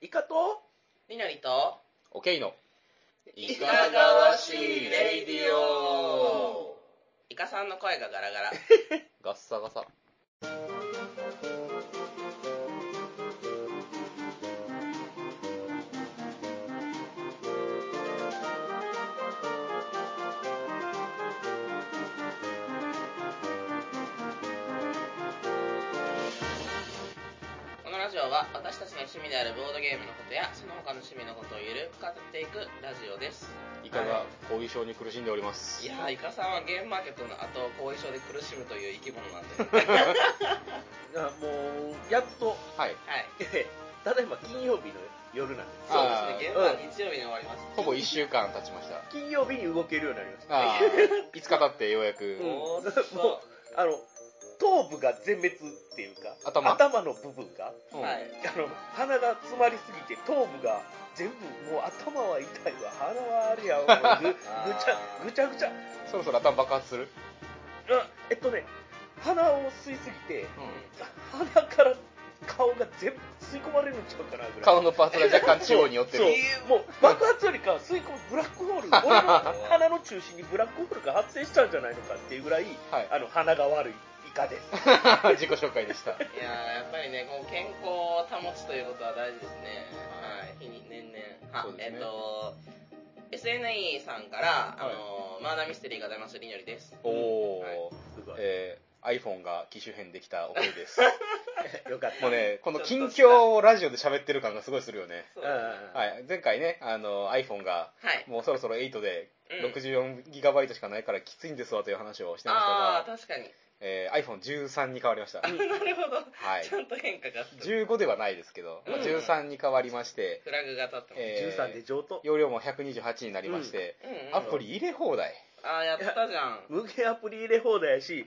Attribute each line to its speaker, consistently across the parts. Speaker 1: イカと
Speaker 2: りなりと
Speaker 3: オケイの
Speaker 1: い
Speaker 2: かがわしいレイディオイカさんの声がガラガラ
Speaker 3: ガッサガサ
Speaker 2: このラジオは私たちの趣味であるボードゲームのことやその他の趣味のことをゆるく語っていくラジオです
Speaker 3: イカが後遺症に苦しんでおります
Speaker 2: いやーイカさんはゲームマーケットの後後遺症で苦しむという生き物なん で
Speaker 1: あもうやっと
Speaker 3: はい
Speaker 2: はい
Speaker 1: ただいま金曜日の夜なんで
Speaker 3: あ
Speaker 2: そうで
Speaker 3: ー
Speaker 2: すねゲームは日曜日に終わります
Speaker 3: ほぼ1週間経ちました
Speaker 1: す金曜日に動けるようになりました
Speaker 3: ああ5日経ってようやく、
Speaker 1: うん
Speaker 2: おーっ
Speaker 1: も
Speaker 2: と
Speaker 1: あの頭部が全滅っていうか
Speaker 3: 頭
Speaker 1: の部分が
Speaker 3: うん
Speaker 2: はい
Speaker 1: あの鼻が詰まりすぎて頭部が全部もう頭は痛いわ鼻はあれやわも うぐぐちゃぐちゃぐちゃ
Speaker 3: そろそろ頭爆発する
Speaker 1: あえっとね鼻を吸いすぎて
Speaker 2: うん
Speaker 3: うん
Speaker 1: 鼻から顔が全部吸い込まれるんちゃうかなぐらい
Speaker 3: 顔のパーツが若干地方に寄っ て
Speaker 1: そう
Speaker 3: る
Speaker 1: もう爆発よりかは吸い込むブラック ホール俺の鼻の中心にブラックホールが発生したんじゃないのかっていうぐらい
Speaker 3: はい
Speaker 1: あの鼻が悪いイカです
Speaker 3: 自己紹介でした
Speaker 2: いやーやっぱりね、こう健康を保つということは大事ですね。はい、日に年々。は
Speaker 3: そうですね
Speaker 2: えっと、SNE さんから、
Speaker 3: は
Speaker 2: あ
Speaker 3: い
Speaker 2: のーマーダーミステリーが出ますりのりです。
Speaker 3: おおー、
Speaker 2: はい
Speaker 1: すごい
Speaker 3: えー iPhone が機種変できたおかげです
Speaker 1: よかった
Speaker 3: もうねこの近況をラジオで喋ってる感がすごいするよね
Speaker 2: そう
Speaker 1: うん
Speaker 3: はい前回ねあの iPhone が
Speaker 2: はい。
Speaker 3: もうそろそろ8で
Speaker 2: うん
Speaker 3: 64GB しかないからきついんですわという話をしてました
Speaker 2: ああ
Speaker 3: が、
Speaker 2: ー、確かに。
Speaker 3: えー iPhone13 に変わりました
Speaker 2: あなるほど。
Speaker 3: はい
Speaker 2: ちゃんと変化があった。
Speaker 3: 15ではないですけど、まあ
Speaker 2: うん
Speaker 3: 13に変わりまして、
Speaker 2: フラグが立ってます。
Speaker 3: え
Speaker 1: 13で上等
Speaker 3: 容量も128になりまして、
Speaker 2: うんうん、
Speaker 3: アプリ入れ放題
Speaker 2: ああ、やったじゃん。
Speaker 1: 無限アプリ入れ放題やし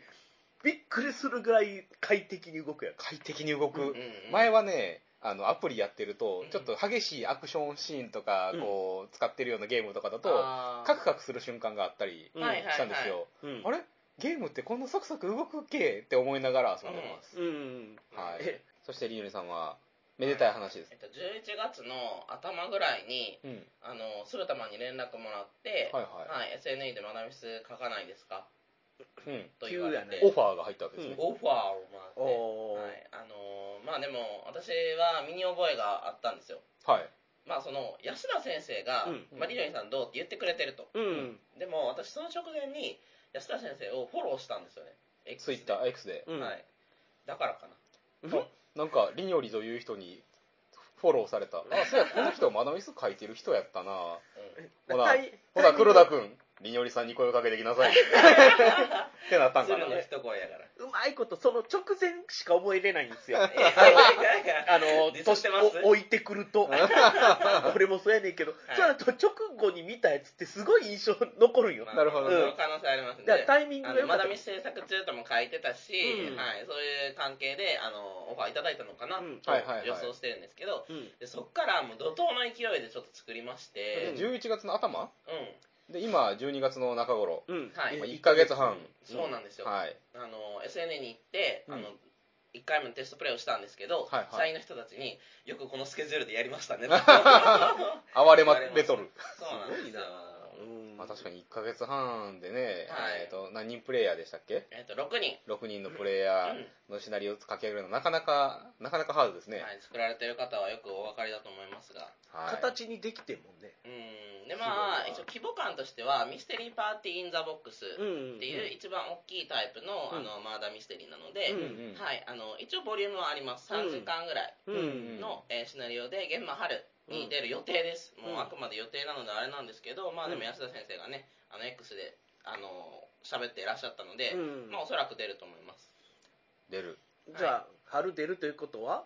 Speaker 1: びっくりするぐらい快適に動くやろ
Speaker 3: 快適に動く、
Speaker 1: うん
Speaker 2: うん
Speaker 3: 前はねあのアプリやってると
Speaker 2: うん
Speaker 3: ちょっと激しいアクションシーンとか
Speaker 1: うん
Speaker 3: こう使ってるようなゲームとかだと
Speaker 2: あー
Speaker 3: カクカクする瞬間があったり
Speaker 1: うん
Speaker 2: はいはいはい、
Speaker 3: したんですよ、
Speaker 1: うん
Speaker 3: あれゲームってこんなサクサク動くっけって思いながら遊んでます、
Speaker 1: うん
Speaker 3: はい
Speaker 1: え
Speaker 3: そしてりのりさんはめでたい話です
Speaker 2: えっと、11月の頭ぐらいに、
Speaker 3: うん
Speaker 2: あの、スルタマンに連絡もらって、
Speaker 3: はいは
Speaker 2: はい、SNE でマダミス書かないですか
Speaker 3: い、うん、
Speaker 2: と言われて
Speaker 1: 急やね
Speaker 3: オファーが入ったわけですね、
Speaker 2: オファーをもらって、
Speaker 1: おー
Speaker 2: はいあのーまあでも私は身に覚えがあったんですよ
Speaker 3: はい
Speaker 2: まあその安田先生が
Speaker 1: うん
Speaker 2: 「まあ、リリョイさんどう?」って言ってくれてると
Speaker 1: うん
Speaker 2: でも私その直前に安田先生をフォローしたんですよね X
Speaker 3: ツ
Speaker 2: で
Speaker 3: イッター X で、
Speaker 1: うん
Speaker 2: はいだからかな
Speaker 3: なんかりにょりという人にフォローされたあそうやこの人マダミス書いてる人やったな
Speaker 2: うん
Speaker 3: ほら
Speaker 1: タイ
Speaker 3: ほら黒田君りにょりさんに声をかけてきな さいってなったんかな
Speaker 2: 鶴の一声やから
Speaker 1: うまいことその直前しか思い入れないんですよ
Speaker 2: いやいやいやいや
Speaker 1: あの
Speaker 2: 実装し
Speaker 1: 年
Speaker 2: てます
Speaker 1: を置いてくると 俺もそうやねんけど、
Speaker 2: い
Speaker 1: その後直後に見たやつってすごい印象残るんよ、
Speaker 2: まあ
Speaker 3: なるほど
Speaker 2: そ
Speaker 1: ね
Speaker 2: の可能性ありますね
Speaker 1: だからタイミング
Speaker 2: あ
Speaker 1: が
Speaker 2: の
Speaker 1: 良か
Speaker 2: ま
Speaker 1: った
Speaker 2: だミス制作中とも書いてたし、
Speaker 1: うん
Speaker 2: はい、そういう関係であのオファーいただいたのかな、
Speaker 1: うん
Speaker 2: と
Speaker 3: はいはいはい
Speaker 2: 予想してるんですけど、
Speaker 1: うん
Speaker 2: でそっからもう怒涛の勢いでちょっと作りまし
Speaker 3: え
Speaker 2: て、
Speaker 1: うん
Speaker 3: 11月の頭
Speaker 2: うん
Speaker 3: で今12月の中頃、
Speaker 1: うん
Speaker 2: は
Speaker 3: まあ、
Speaker 2: い、
Speaker 3: 1か月半、
Speaker 2: そうなんですよ、
Speaker 3: はい
Speaker 2: あの SNN に行って、
Speaker 3: うん
Speaker 2: あの1回目のテストプレイをしたんですけど、
Speaker 3: はいはい
Speaker 2: 社員の人たちによくこのスケジュールでやりました ね
Speaker 3: 哀れまれとる、
Speaker 2: そうなんですよ
Speaker 1: うん
Speaker 3: まあ、確かに1か月半でね、
Speaker 2: はい
Speaker 3: えー、と何人プレイヤーでしたっけ
Speaker 2: えっと6人、
Speaker 3: 6人のプレイヤーのシナリオを書き上げるのなかなかなかなかハードですね、
Speaker 2: はい、作られてる方はよくお分かりだと思いますが
Speaker 3: はい
Speaker 1: 形にできてんもんね、
Speaker 2: うんでまあ
Speaker 3: すごいな
Speaker 2: 一応規模感としてはミステリーパーティー・イン・ザ・ボックスっていう一番大きいタイプの,、
Speaker 1: うん
Speaker 2: あのマーダーミステリーなので、
Speaker 1: うん
Speaker 3: うん
Speaker 2: はい、あの一応ボリュームはあります3時間ぐらい
Speaker 1: うんうん
Speaker 2: の、えーシナリオで現場春に出る予定です、
Speaker 1: う
Speaker 2: も
Speaker 1: ん
Speaker 2: うあくまで予定なのであれなんですけど、まあで
Speaker 1: う
Speaker 2: も
Speaker 1: ん
Speaker 2: 安田先生がねあの X であの喋っていらっしゃったので、
Speaker 1: うん
Speaker 2: まあおそらく出ると思います
Speaker 3: 出る
Speaker 1: じゃあ春出るということは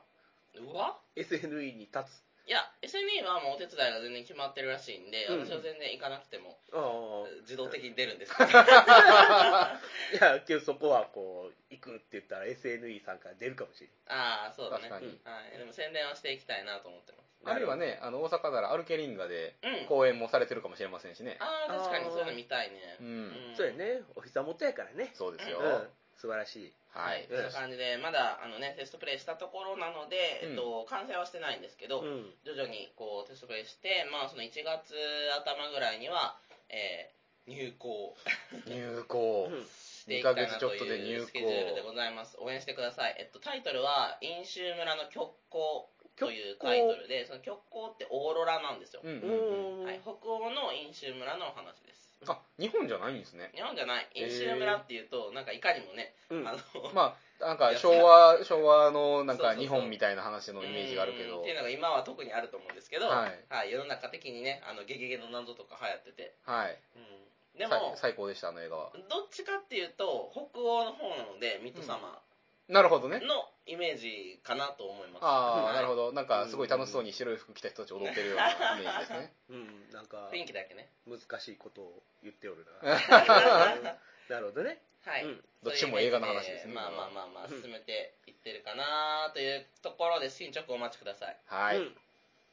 Speaker 2: うわ
Speaker 1: SNE に立つ
Speaker 2: いや SNE はもうお手伝いが全然決まってるらしいんで、
Speaker 1: うん
Speaker 2: 私は全然行かなくても
Speaker 1: ああ
Speaker 2: 自動的に出るんですけど
Speaker 1: いや今日そこはこう行くって言ったら SNE さんから出るかもしれ
Speaker 2: ああそうだね
Speaker 3: 確かに、
Speaker 2: はい、でも宣伝はしていきたいなと思ってます
Speaker 1: ない
Speaker 3: あるいはねあの大阪ならアルケリンガで
Speaker 2: うん
Speaker 3: 公演もされてるかもしれませんしね
Speaker 2: ああ確かにそういうの見たいね
Speaker 3: うん
Speaker 2: うん
Speaker 1: そうやねお膝元やからね
Speaker 3: そうですよ、
Speaker 2: うん
Speaker 1: 素晴らしい。
Speaker 2: はい、
Speaker 1: うん
Speaker 2: そんな感じで、まだあの、ね、テストプレイしたところなので、えっと、完成はしてないんですけど、
Speaker 1: うん。
Speaker 2: 徐々にこうテストプレイして、まあ、その1月頭ぐらいには、えー入校
Speaker 3: 入校
Speaker 1: うん
Speaker 2: していきたいな
Speaker 3: 二ヶ月ちょ
Speaker 2: と
Speaker 3: っとで入
Speaker 2: い
Speaker 3: 校
Speaker 2: うスケジュールでございます応援してください、えっと、タイトルは「飲酒村の極光」というタイトルでその極光ってオーロラなんですよ、
Speaker 3: うんうんうん
Speaker 1: おー
Speaker 2: はい、北欧の飲酒村のお話です
Speaker 3: あ日本じゃないんですね
Speaker 2: 日本じゃない
Speaker 3: へー
Speaker 2: 飲酒村っていうと、なんかいかにもね、
Speaker 1: うん
Speaker 2: あの
Speaker 3: まあなんか昭和昭和のなん
Speaker 2: そうそ
Speaker 3: か
Speaker 2: うそう
Speaker 3: 日本みたいな話のイメージがあるけ
Speaker 2: うーん
Speaker 3: ど
Speaker 2: っていうのが今は特にあると思うんですけど、
Speaker 3: は
Speaker 2: はいい世の中的にね「あのゲゲゲの謎」とか流行ってて、
Speaker 3: はい
Speaker 2: うん、で
Speaker 3: さい
Speaker 2: も
Speaker 3: 最高でしたあの映画は
Speaker 2: どっちかっていうと北欧の方なのでミッドサマ
Speaker 3: なるほど
Speaker 2: ー
Speaker 3: ね
Speaker 2: のイメージかなと思います、
Speaker 3: あ
Speaker 2: は
Speaker 3: あ
Speaker 2: い
Speaker 3: なるほどなんかすごい楽しそうに白い服着た人たち踊ってるようなイメージですね
Speaker 1: うん、なんか、
Speaker 2: 雰囲気だけね
Speaker 1: 難しいことを言っておる な。 なるほどね。
Speaker 2: はい、
Speaker 1: うん
Speaker 3: どっちも映画の話ですね
Speaker 2: そういうイメージまあまあまあまあ
Speaker 1: うん
Speaker 2: 進めていってるかなというところで進捗をお待ちください
Speaker 3: はい、
Speaker 1: うん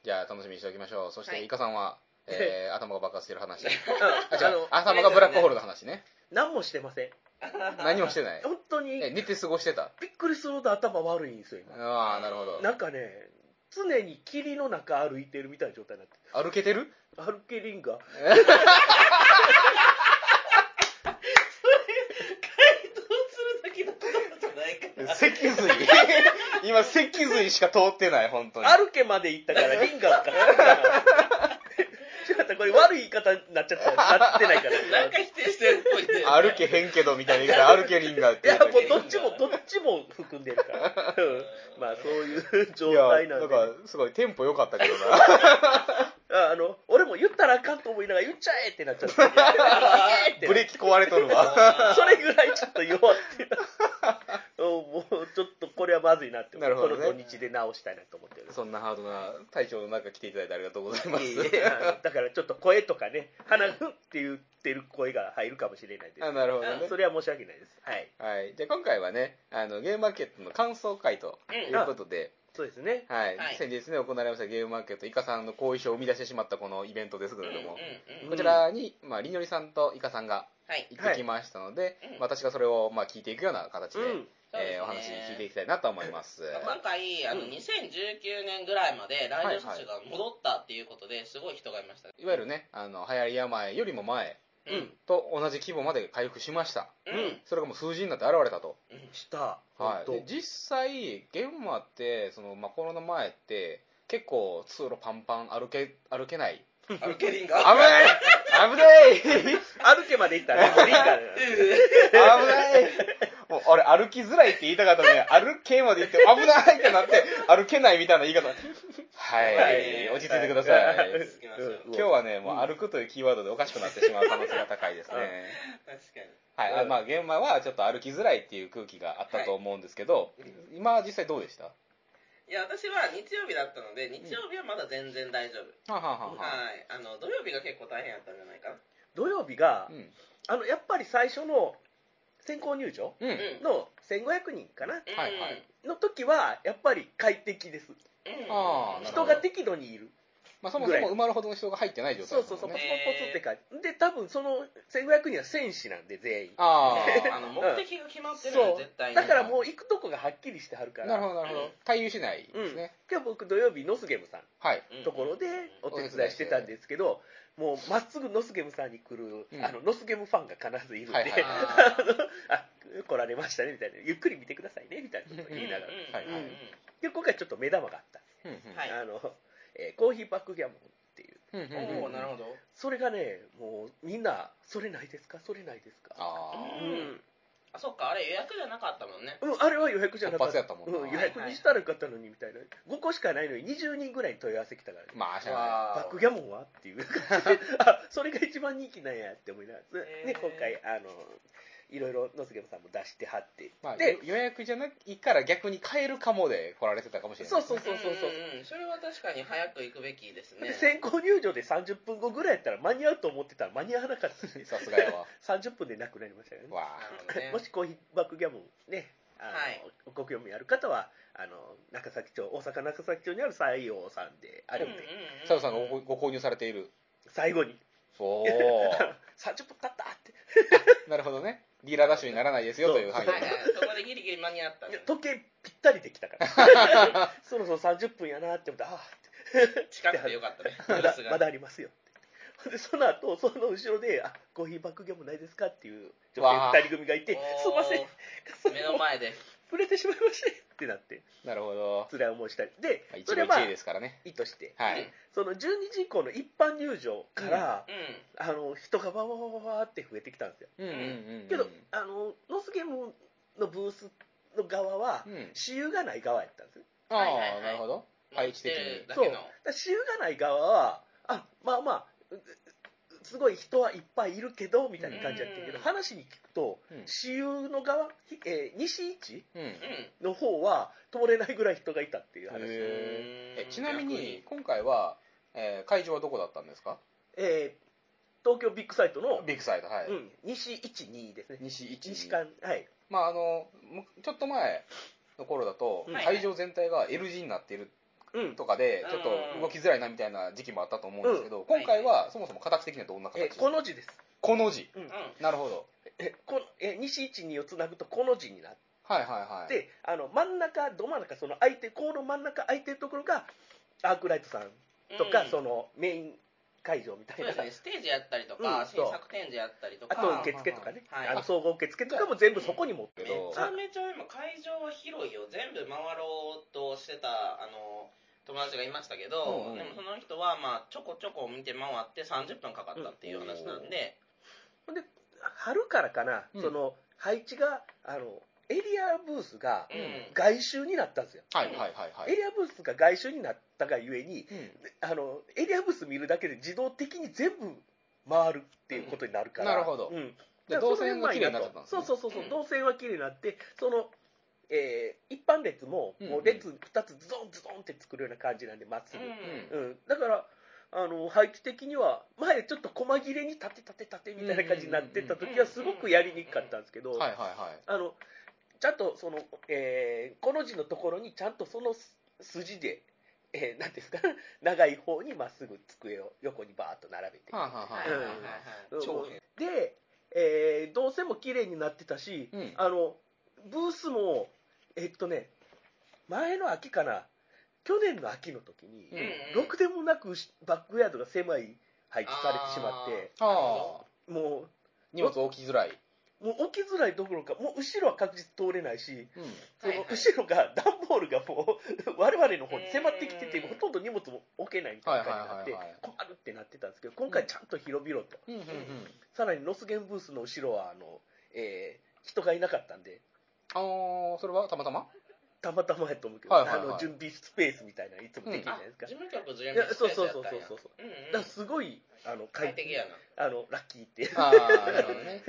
Speaker 3: じゃあ楽しみにしておきましょうそし
Speaker 2: は
Speaker 3: て
Speaker 2: い
Speaker 3: イカさんは、えー頭が爆発してる話あ
Speaker 1: あ
Speaker 3: 違う
Speaker 1: の、
Speaker 3: 頭がブラックホールの話ね
Speaker 1: 何もしてません。
Speaker 3: 何もして ない
Speaker 1: 本当に、
Speaker 3: え寝て過ごしてた
Speaker 1: びっくりするほど頭悪いんですよ、今。
Speaker 3: ああなるほ
Speaker 1: な
Speaker 3: ど
Speaker 1: んかね、常に霧の中歩いてるみたいな状態になって
Speaker 3: 歩けてる
Speaker 1: る。歩けりんが。
Speaker 2: 回答する時の言葉じゃないか
Speaker 3: 脊髄今脊髄しか通ってない本当に
Speaker 1: 歩けまで行ったからリンガーから。 ちょっと待ってこれ悪い言い方になっちゃったなってないから。
Speaker 2: なんか否定してるっぽいね
Speaker 3: 歩けへんけどみたいな言い方歩けリンガーっ
Speaker 1: い
Speaker 3: て言
Speaker 1: や、
Speaker 3: うて
Speaker 1: も
Speaker 3: る
Speaker 1: うどっちも、どっちも含んでるから。うんまあ、そういう状態なんで。
Speaker 3: いやなんかすごいテンポ良かったけどな
Speaker 1: ああの、俺も言ったらあかんと思いながら言っちゃえってなっちゃ った。えーって
Speaker 3: ブレーキ壊れとる わ
Speaker 1: それぐらいちょっと弱って るうんもうちょっとこれはまずいなって思う
Speaker 3: なるほどね
Speaker 1: この土日で直したいなと思ってる
Speaker 3: そんなハードな体調の中来ていただいてありがとうございます
Speaker 1: いえいえあ のだからちょっと声とかね鼻ふんって言ってる声が入るかもしれないです
Speaker 3: あなるほどね
Speaker 1: それは申し訳ないですはい
Speaker 3: はい、じゃあ今回はねあのゲームマーケットの感想会ということで、
Speaker 1: そうですね
Speaker 3: はい
Speaker 2: はい
Speaker 3: 先日ね行われましたゲームマーケットイカさんの後遺症を生み出してしまったこのイベントですけれども、
Speaker 2: うんうんうん
Speaker 3: こちらに、まあ、りのりさんとイカさんが
Speaker 2: はい
Speaker 3: 行ってきましたので、
Speaker 2: はいうん
Speaker 3: 私がそれを、まあ、聞いていくような形で,、
Speaker 1: うん
Speaker 2: そうですね
Speaker 3: えーお話聞いていきたいなと思います、
Speaker 2: まあ今回あの、
Speaker 1: うん
Speaker 2: 2019年ぐらいまで来場者数が戻ったっていうことですごい人がいましたね
Speaker 3: いわゆるねあの流行り病よりも前
Speaker 1: うん
Speaker 3: と同じ規模まで回復しました
Speaker 2: うん
Speaker 1: うん
Speaker 3: それがもう数字になって現れたと、
Speaker 1: した
Speaker 3: は
Speaker 1: 本
Speaker 3: い、
Speaker 1: 当
Speaker 3: で実際現場ってその、まあ、コロナ前って結構通路パンパン歩け歩けない
Speaker 2: うんアルケリン
Speaker 3: 危
Speaker 2: が
Speaker 3: ない 危ない
Speaker 1: 歩けまで行ったらねもうリンガーだよ
Speaker 3: 危ないもう俺歩きづらいって言いたかったのに歩けまで言って危ないってなって歩けないみたいな言い方はい落ち着いてください、
Speaker 1: うん
Speaker 2: 着きましょう
Speaker 3: 今日はねもう歩くというキーワードでおかしくなってしまう可能性が高いですね
Speaker 2: 確かに
Speaker 3: はいあまあ現場はちょっと歩きづらいっていう空気があったと思うんですけど、今は実際どうでしたはい
Speaker 2: や私は日曜日だったので日曜日はまだ全然大丈夫、
Speaker 3: あはあはあはあ
Speaker 2: はいあの土曜日が結構大変やったんじゃないかな
Speaker 1: 土曜日が
Speaker 3: うん
Speaker 1: あのやっぱり最初の先行入場
Speaker 3: うん
Speaker 2: うん
Speaker 1: の1500人かな
Speaker 3: はいはい
Speaker 1: の時はやっぱり快適です
Speaker 2: うんうん
Speaker 3: あーなる
Speaker 1: 人
Speaker 3: ほど
Speaker 1: が適度にいる
Speaker 3: まあ、そも
Speaker 1: ぐら
Speaker 3: そ
Speaker 1: い
Speaker 3: も埋まるほどの人が入ってない状態
Speaker 1: そう
Speaker 3: です
Speaker 1: そ
Speaker 3: も
Speaker 1: うそう、ポ
Speaker 3: ん
Speaker 1: ツ
Speaker 3: ね
Speaker 1: ポツポツって感じ。で、多分その1500人は戦士なんで、全員。
Speaker 3: あ
Speaker 2: ねあの目
Speaker 1: うん
Speaker 2: 的が決まってるのよ
Speaker 1: そ
Speaker 2: 絶対
Speaker 1: う。
Speaker 2: に
Speaker 1: だからもう行くとこがはっきりしてはるか
Speaker 3: あ
Speaker 1: ら。
Speaker 3: なるほどなるほど対応しないですね、
Speaker 1: 今日僕土曜日、ノスゲムさん
Speaker 3: はい
Speaker 2: うん
Speaker 1: ところでお手伝いしてたんですけど、もうまっすぐノスゲムさんに来る、
Speaker 3: うん
Speaker 1: あの、ノスゲムファンが必ずいるんで、
Speaker 3: はいはい
Speaker 1: あ
Speaker 2: あー
Speaker 1: のあ来られましたね、みたいな。ゆっくり見てくださいね、みたいなこと
Speaker 2: うん
Speaker 1: 言いながら。
Speaker 3: はいはい
Speaker 2: うん
Speaker 1: で、今回ちょっと目玉があった。
Speaker 3: うんうん
Speaker 2: はい
Speaker 1: あの、えーコーヒーバックギャモンっていう。
Speaker 3: うん
Speaker 2: うん
Speaker 3: うんう
Speaker 2: お
Speaker 3: ん
Speaker 2: おなるほど
Speaker 1: それがね、もうみんな、それないですかそれないですか
Speaker 3: あ
Speaker 1: う
Speaker 3: あ
Speaker 1: ん。
Speaker 2: あそっかあれ予約じゃなかったもんね
Speaker 1: うん、あれは予約じゃなかった
Speaker 3: 突発やったもんな
Speaker 1: うん、予約にしたらよかったのにみたいな5個しかないのに20人ぐらいに問い合わせ来たから、
Speaker 3: まあしゃあ
Speaker 1: バ
Speaker 2: わ
Speaker 1: ッ
Speaker 2: ー
Speaker 1: クギャモンはって いうあそれが一番人気なんやって思いながら、
Speaker 2: へー
Speaker 1: ね、今回あのいろいろ野杉山さんも出してはって、
Speaker 3: ない、まあ、
Speaker 1: で
Speaker 3: 予約じゃないから逆に買えるかもで来られてたかもしれな
Speaker 1: そ
Speaker 3: いう
Speaker 1: そうそうそうそう、
Speaker 2: んんんそれは確かに早く行くべきですね
Speaker 1: で先行入場で30分後ぐらいやったら間に合うと思ってたら間に合わなかったんで
Speaker 3: さすがやわ
Speaker 1: 30分でなくなりましたよね
Speaker 3: わ
Speaker 2: な
Speaker 3: あ
Speaker 2: るほどね
Speaker 1: もしコーヒーバックギャモンね、あの
Speaker 2: はい
Speaker 1: ご興味ある方はあの中崎町大阪中崎町にある西洋さんであ
Speaker 2: うん
Speaker 1: る
Speaker 2: うんん
Speaker 1: で、
Speaker 2: うん
Speaker 3: 佐藤さんがごご購入されている
Speaker 1: 最後に
Speaker 3: おお
Speaker 1: 30分経ったって
Speaker 3: なるほどねリーラーダッシュにならないですよという
Speaker 1: そう
Speaker 3: 範
Speaker 2: は
Speaker 3: 囲
Speaker 2: い
Speaker 3: で
Speaker 2: はい。そこでギリギリ間に合ったん
Speaker 1: い
Speaker 2: で
Speaker 1: や時計ぴったりできたから そろそろ30分やなって思ってあ
Speaker 2: 近くてよかったね。
Speaker 1: あ まだ
Speaker 2: ブースが
Speaker 1: まだありますよってでその後その後ろで「あコーヒーバッグゲームないですか?」っていう女
Speaker 3: わあ
Speaker 1: 性2人組がいて「すいません
Speaker 2: おー目の 前で。
Speaker 1: 触れてしまいました」ってなって
Speaker 3: なるほど。
Speaker 1: 辛い思いしたりで
Speaker 3: まあ一
Speaker 1: それ
Speaker 3: 応
Speaker 1: はまあ
Speaker 3: 1位ですからね。
Speaker 1: 意図して
Speaker 3: は
Speaker 2: う
Speaker 3: い
Speaker 2: ん。
Speaker 1: その12時以降の一般入場から、
Speaker 2: う
Speaker 1: あの人がわわわわわって増えてきたんですよ
Speaker 3: うんうんうん。
Speaker 1: けど、あのノースゲームのブースの側は、
Speaker 3: うん。
Speaker 1: 私有がない側やったんですよ
Speaker 3: あ
Speaker 2: はいはいは
Speaker 3: あ、
Speaker 2: い
Speaker 3: なるほど。
Speaker 2: ん。
Speaker 3: 配置
Speaker 2: して
Speaker 3: 的
Speaker 2: る
Speaker 3: に
Speaker 2: だけの。
Speaker 1: そうだから私有がない側はあまあまあううすごい人はいっぱいいるけどみたいな感じだったけど、
Speaker 2: うん
Speaker 1: 話に聞くと
Speaker 3: うん
Speaker 1: 私有の側、ひえー西市
Speaker 3: うん。
Speaker 2: うん。
Speaker 1: の方は通れないぐらい人がいたっていう話、
Speaker 3: へえ
Speaker 2: うん
Speaker 3: ちなみ
Speaker 2: 逆
Speaker 3: に、今回は、えー会場はどこだったんですか
Speaker 1: えー東京ビッグサイトの、
Speaker 3: ビッグサイト、はい。
Speaker 1: うん、西12ですね
Speaker 3: 西一
Speaker 1: 西館はい
Speaker 3: まああの、むちょっと前の頃だと
Speaker 1: うん、
Speaker 3: 会場全体が L 字になっている
Speaker 1: うん
Speaker 3: とかで
Speaker 2: うん、
Speaker 3: ちょっと動きづらいなみたいな時期もあったと思うんですけど、今
Speaker 2: は
Speaker 3: 回
Speaker 2: いは
Speaker 3: はそもそも形的にはどんな形
Speaker 1: え
Speaker 3: です
Speaker 1: ー
Speaker 3: か
Speaker 1: この字です
Speaker 3: この字。
Speaker 1: うん
Speaker 2: うん。
Speaker 3: なるほど。
Speaker 1: えこのえー西12をつなぐとこの字になっ
Speaker 3: はいはいはい。
Speaker 1: てあの真ん中ど真ん中その空いてコーの真ん中空いてるところがアークライトさんとか、
Speaker 2: うん
Speaker 1: そのメイン会場みた
Speaker 2: そ
Speaker 1: いうな
Speaker 2: ですね、ステージやったりと
Speaker 1: う
Speaker 2: か、
Speaker 1: ん
Speaker 2: 新作展示やったりと
Speaker 1: あ
Speaker 2: か、
Speaker 1: と受付とかね、
Speaker 2: はい
Speaker 1: あの総合受付とかも全部そこに持って
Speaker 3: け
Speaker 1: る、
Speaker 3: ど
Speaker 2: めちゃめちゃ今会場は広いよ全部回ろうとしてたあの友達がいましたけど、
Speaker 3: うんうん
Speaker 2: でもその人はまあちょこちょこ見て回って30分かかったっていう話なんで、
Speaker 1: ほんで春からかな、
Speaker 3: うん
Speaker 1: その配置があのエリアブースが
Speaker 2: うん
Speaker 1: 外周になったんですよ、
Speaker 3: はいはいはいは
Speaker 1: エ
Speaker 3: い。
Speaker 1: リアブースが外周になったがゆえに
Speaker 3: うん
Speaker 1: あのエリアブース見るだけで自動的に全部回るっていうことになるから、
Speaker 3: うんなるほど
Speaker 1: うん
Speaker 3: で動線が綺麗になっちゃったんですね
Speaker 1: そうそうそうそう、
Speaker 2: うん
Speaker 1: 動線は綺麗になってそのえー一般列も
Speaker 3: うんうん
Speaker 1: もう列2つズドンズドンって作るような感じなんでまっすぐ、
Speaker 2: う
Speaker 1: うん、だからあの配置的には前ちょっと細切れに縦縦縦みたいな感じになってた時はすごくやりにくかったんですけど、
Speaker 3: はいはいはい。
Speaker 1: あのちゃんとその、えーこの字のところにちゃんとそのす筋で、えーなんていうんですか 長い方にまっすぐ机を横にバーッと並べて、
Speaker 3: はあ、はあは
Speaker 2: はい
Speaker 3: あ
Speaker 2: はいはい
Speaker 3: はい
Speaker 2: は
Speaker 3: はいい。
Speaker 1: うん
Speaker 3: 長編
Speaker 1: で、えー動線も綺麗になってたし、
Speaker 3: うん
Speaker 1: あのブースもえっとね前の秋かな去年の秋の時に、
Speaker 3: うん
Speaker 1: ろくでもなくしバックヤードが狭い配置されてしまって
Speaker 3: はあ、
Speaker 1: も
Speaker 3: 荷物置きづらい。
Speaker 1: うもう置きづらいどころかもう後ろは確実通れないし
Speaker 3: うん。
Speaker 1: その
Speaker 2: はいはい
Speaker 1: 後ろが段ボールがもう 我々の方に迫ってきてて
Speaker 2: うん
Speaker 1: ほとんど荷物も置けないみたいな感じになって
Speaker 3: はいはいはいはい
Speaker 1: 困るってなってたんですけど今回ちゃんと広々と
Speaker 3: うんうんうん。
Speaker 1: さらにロスゲンブースの後ろはあの、えー人がいなかったんで
Speaker 3: ああ、それはたま たま
Speaker 1: たまたまやと思うけど
Speaker 3: はいはいはい
Speaker 1: あの準備スペースみたいなのいつもできるじゃ
Speaker 2: あ
Speaker 1: ないですか
Speaker 2: 事。務局事務
Speaker 1: いや
Speaker 2: 局
Speaker 1: そうそうそうそう
Speaker 2: やったんや
Speaker 1: そうそう
Speaker 2: う
Speaker 1: だ
Speaker 2: んうん
Speaker 1: からすごいあの快
Speaker 2: 快適やな
Speaker 1: あのラッキーっていう
Speaker 3: ああ、なるほどね。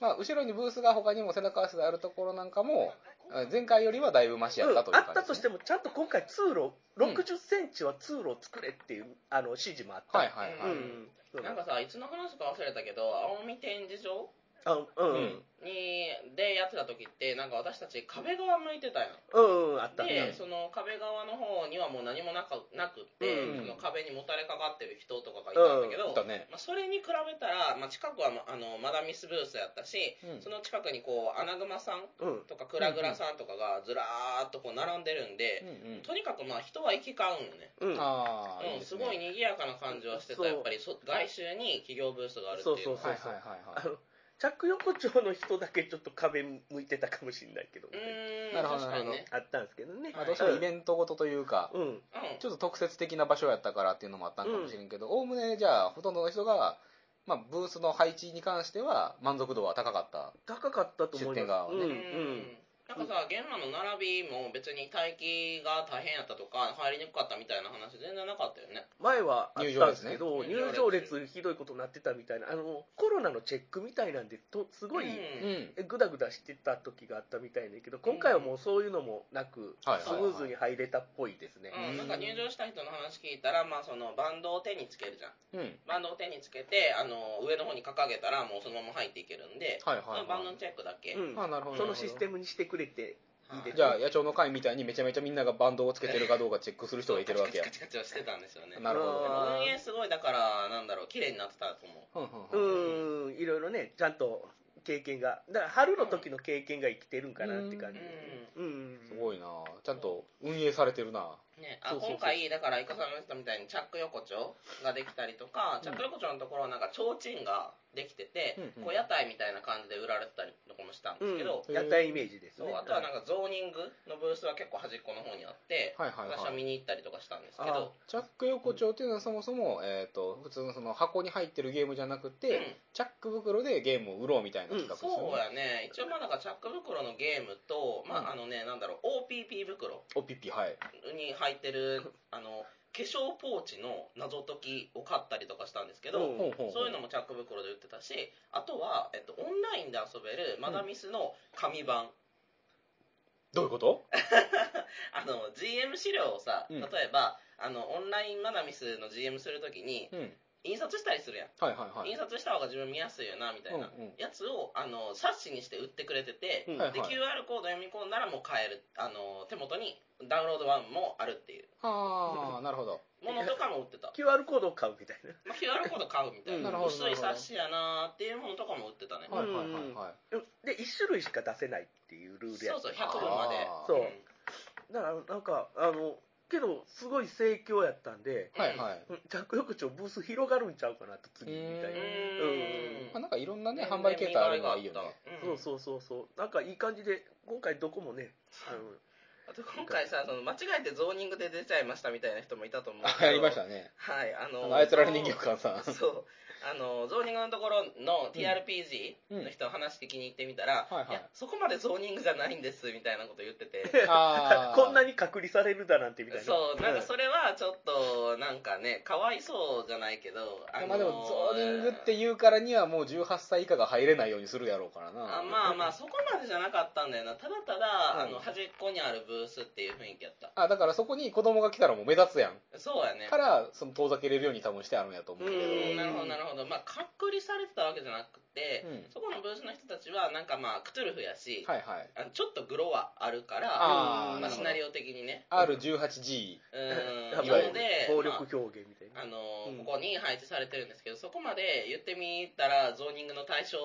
Speaker 3: まあ、後ろにブースが他にも背中合わせであるところなんかも、あ前回よりはだいぶマシやったという
Speaker 1: あ
Speaker 3: 感じ、
Speaker 1: ったとして
Speaker 3: も。
Speaker 1: も、ちゃんと今回、通路、60センチは通路を作れっていう、あの指示もあった、
Speaker 3: はいはいは
Speaker 1: う
Speaker 3: い。
Speaker 1: ん、そう
Speaker 2: なんかさいつの話か忘れたけど青海展示場
Speaker 1: あうん、う
Speaker 3: うんん、
Speaker 2: にでやってた時ってなんか私たち壁側向いてたやん
Speaker 1: うん、うん、あった、
Speaker 2: で、
Speaker 1: ね、
Speaker 2: その壁側の方にはもう何もなかなくって、
Speaker 1: うん
Speaker 2: その壁にもたれかかってる人とかがいたんだけ
Speaker 3: う
Speaker 2: ど、
Speaker 3: んいたね
Speaker 2: まあ、それに比べたら、まあ、近くはまあのマダミスブースやったし、
Speaker 3: うん
Speaker 2: その近くにこうアナグマさん
Speaker 1: うん、
Speaker 2: とかクラグラさんとかがずらーっとこう並んでるん
Speaker 3: う
Speaker 2: で、
Speaker 3: ん
Speaker 2: とにかくまあ人は行き交うんよね。
Speaker 1: うん、
Speaker 3: ああ、
Speaker 2: うん、すごい
Speaker 3: ね。
Speaker 2: 賑やかな感じはして
Speaker 1: そう
Speaker 2: た、やっぱりそ外周に企業ブースがあるっていうのは
Speaker 1: そう
Speaker 3: はい
Speaker 1: そうそう
Speaker 3: はいはい
Speaker 1: あ
Speaker 3: はい。
Speaker 1: の着横丁の人だけちょっと壁向いてたかもしれないけど、
Speaker 2: うーん、
Speaker 3: なるほど
Speaker 2: 確かにね。
Speaker 1: あったんですけどね、
Speaker 3: まあ、どうしてもイベ
Speaker 1: ン
Speaker 3: ントごとというか、
Speaker 1: ト、うん、
Speaker 2: うん
Speaker 3: ちょっと特設的な場所やったからっていうのもあったんかもしれんけど、おおむねじゃあ、ほとんどの人が、まあ、ブースの配置に関しては満足度は高かった。
Speaker 1: 高かったと思います、
Speaker 3: 出店側はね
Speaker 1: うん、う
Speaker 2: うん
Speaker 1: ん、
Speaker 2: なんかさ、現場の並びも別に待機が大変やったとか、入りにくかったみたいな話全然なかったよね。
Speaker 1: 前はあったんですけど、
Speaker 2: 入場
Speaker 1: 入
Speaker 2: 列
Speaker 1: 場
Speaker 2: ね
Speaker 1: 列ひどいことになってたみたいな、あのコロナのチェックみたいなんで、とすごい。
Speaker 3: うん。
Speaker 2: うん
Speaker 1: ぐだぐだしてた時があったみたいだけど今回はもうそういうのもなく、
Speaker 3: はいはいはい
Speaker 1: スムーズに入れたっぽいですね、
Speaker 2: うん、なんか入場した人の話聞いたら、まあ、そのバンドを手につけるじゃん
Speaker 3: うん。
Speaker 2: バンドを手につけてあの上の方に掲げたらもうそのまま入っていけるんで、
Speaker 3: はいはいは
Speaker 2: そ
Speaker 3: い
Speaker 2: のバンドのチェックだけ、
Speaker 1: うん
Speaker 3: あなるほど。
Speaker 1: そのシステ
Speaker 3: ム。
Speaker 1: ムにしてくれていいです
Speaker 3: じゃあ、野鳥の会みたいにめちゃめちゃみんながバンドをつけてるかどうかチェックする人がいてるわけや
Speaker 2: カ。チカチカチカチをしてたんですよね
Speaker 3: なるほ
Speaker 2: で
Speaker 3: ど。
Speaker 2: も運営すごいだからなんだろう綺麗になってたと思う
Speaker 3: うんう
Speaker 1: う
Speaker 3: んうん
Speaker 1: んいろいろねちゃんと経験が。だから春の時の経験が生きてるんかなって感じ。うんうんうん。
Speaker 3: すごいなちゃんと運営されてるな
Speaker 2: ね、あ
Speaker 1: そうそうそう
Speaker 2: 今回、だから、イカさんが言ってたみたいに、チャック横丁ができたりとか、チャック横丁のところはなんか、提灯ができてて、
Speaker 3: うんうん
Speaker 2: こう屋台みたいな感じで売られてたりとかもしたんですけど、
Speaker 3: うん
Speaker 1: やったイメージです
Speaker 2: そう
Speaker 1: ね。
Speaker 2: あとはなんか、ゾーニングのブースは結構端っこの方にあって、
Speaker 3: はいはい
Speaker 2: 私は
Speaker 3: はい
Speaker 2: 見に行ったりとかしたんですけ
Speaker 1: あ
Speaker 2: ど、
Speaker 3: チャック横丁っていうのはそもそも、えー、と普通のその箱に入ってるゲームじゃなくて、
Speaker 2: うん
Speaker 3: チャック袋でゲームを売ろうみたいな企画ですよね、
Speaker 2: そうやね、一応まあなんか、チャック袋のゲームと、ま
Speaker 3: うん
Speaker 2: ああのね、なんだろう、OPP 袋
Speaker 3: おピッピはい
Speaker 2: に入ってる、あの、化粧ポーチの謎解きを買ったりとかしたんですけど、
Speaker 1: うん
Speaker 3: ほうほうほ
Speaker 2: そういうのもチャック袋で売ってたし、あとは、えっと、オンラインで遊べるマダミスの紙版、
Speaker 3: どういうこと
Speaker 2: あの GM 資料をさ、
Speaker 3: うん
Speaker 2: 例えばあのオンラインマダミスの GM するときに
Speaker 3: うんはい
Speaker 2: 印刷したりするやん、
Speaker 3: はいはい
Speaker 2: 印刷した方が自分見やすいよなみたいな
Speaker 3: うんうん
Speaker 2: やつをあの冊子にして売ってくれてて、
Speaker 1: うん
Speaker 3: はい
Speaker 2: で
Speaker 3: はい
Speaker 2: QR コード読み込んだらもう買えるあの手元にダウンロード版もあるっていう
Speaker 3: ああなるほど
Speaker 2: ものとかも売ってた、
Speaker 1: QR コードを買うみたいな。
Speaker 2: まあ、QR コード買うみたい
Speaker 1: な
Speaker 2: な,、
Speaker 1: る
Speaker 3: ほど
Speaker 2: 薄い冊子やなーっていうものとかも売ってたね、
Speaker 3: はいはいはいはい
Speaker 1: で、1種類しか出せないっていうルールや
Speaker 2: そうそう100分まで
Speaker 3: あー
Speaker 1: そうんだからなんか、あの、けど、すごい盛況やったんで、
Speaker 2: うん
Speaker 3: はいはい
Speaker 1: うん着浴帳ブース広がるんちゃうかなと、次みたいなん
Speaker 2: うん
Speaker 3: う。まあなんかいろんなね販売形態あるのはいいよね
Speaker 1: そうそうそうそう。なんかいい感じで、今回どこもね、あの、
Speaker 2: あと今回さその間違えてゾーニングで出ちゃいましたみたいな人もいたと思うんですけ
Speaker 3: あ
Speaker 2: ど
Speaker 3: りましたね
Speaker 2: はいあ
Speaker 3: あ
Speaker 2: の
Speaker 3: のあいつらの人形館さん
Speaker 2: そうそうあのゾーニングのところの TRPG の人の話聞きに行ってみたら、
Speaker 3: うんはいはい
Speaker 2: やそこまでゾーニングじゃないんですみたいなこと言ってて
Speaker 3: あー
Speaker 1: こんなに隔離されるだなんてみたいな。
Speaker 2: そうなんか
Speaker 1: れ、
Speaker 2: それはちょっとなんかねかわいそうじゃないけどあの
Speaker 3: まあでもゾーニングっていうからにはもう18歳以下が入れないようにするやろうからな
Speaker 2: あまあまあそこまでじゃなかったんだよなただただ、
Speaker 3: うん
Speaker 2: あの端っこにあるブースっていう雰囲気やった
Speaker 3: あだからそこに子供が来たらもう目立つやん
Speaker 2: そうやね
Speaker 3: からその遠ざけれるように多分してあるんやと思うけど
Speaker 1: うん
Speaker 2: なるほどなるほどまあ隔離されてたわけじゃなくて、
Speaker 3: うん
Speaker 2: そこのブースの人たちはなんかまあクトゥルフやし、
Speaker 3: はいはい
Speaker 2: あのちょっとグロはあるから
Speaker 3: あ
Speaker 1: ーなる
Speaker 2: まあ、
Speaker 1: ほ
Speaker 2: シ
Speaker 1: ど
Speaker 2: ナリオ的にね
Speaker 3: R18G
Speaker 2: うん
Speaker 1: あ
Speaker 2: な
Speaker 3: いわゆる
Speaker 2: ので
Speaker 1: 暴力
Speaker 2: ま
Speaker 1: 表現みたい
Speaker 2: あ
Speaker 1: な。
Speaker 2: あのー
Speaker 1: うん
Speaker 2: ここに配置されてるんですけどそこまで言ってみたらゾーニングの対象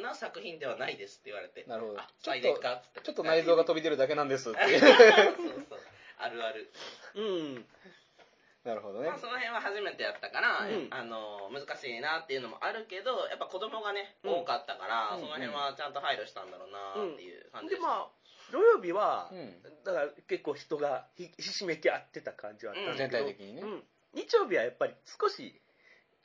Speaker 2: な作品ではないですって言われて
Speaker 3: なるほど
Speaker 2: あ
Speaker 3: ちょっ
Speaker 2: 最適
Speaker 3: と
Speaker 2: かっ つって
Speaker 3: ちょっと内臓が飛び出るだけなんですって
Speaker 2: そうそうあるある、
Speaker 1: うん。
Speaker 3: なるほどね
Speaker 2: まあ、その辺は初めてやったから、
Speaker 1: うん
Speaker 2: あのー難しいなっていうのもあるけどやっぱ子供がね、
Speaker 1: うん
Speaker 2: 多かったから、
Speaker 3: うん
Speaker 2: その辺はちゃんと配慮したんだろうなっていう感
Speaker 1: で、
Speaker 2: じした
Speaker 1: まあ、土曜日は
Speaker 3: う、ん
Speaker 1: だから結構人がひひしめき合ってた感じはあったんだけど、
Speaker 3: 全体的にね
Speaker 1: うん、日曜日はやっぱり少し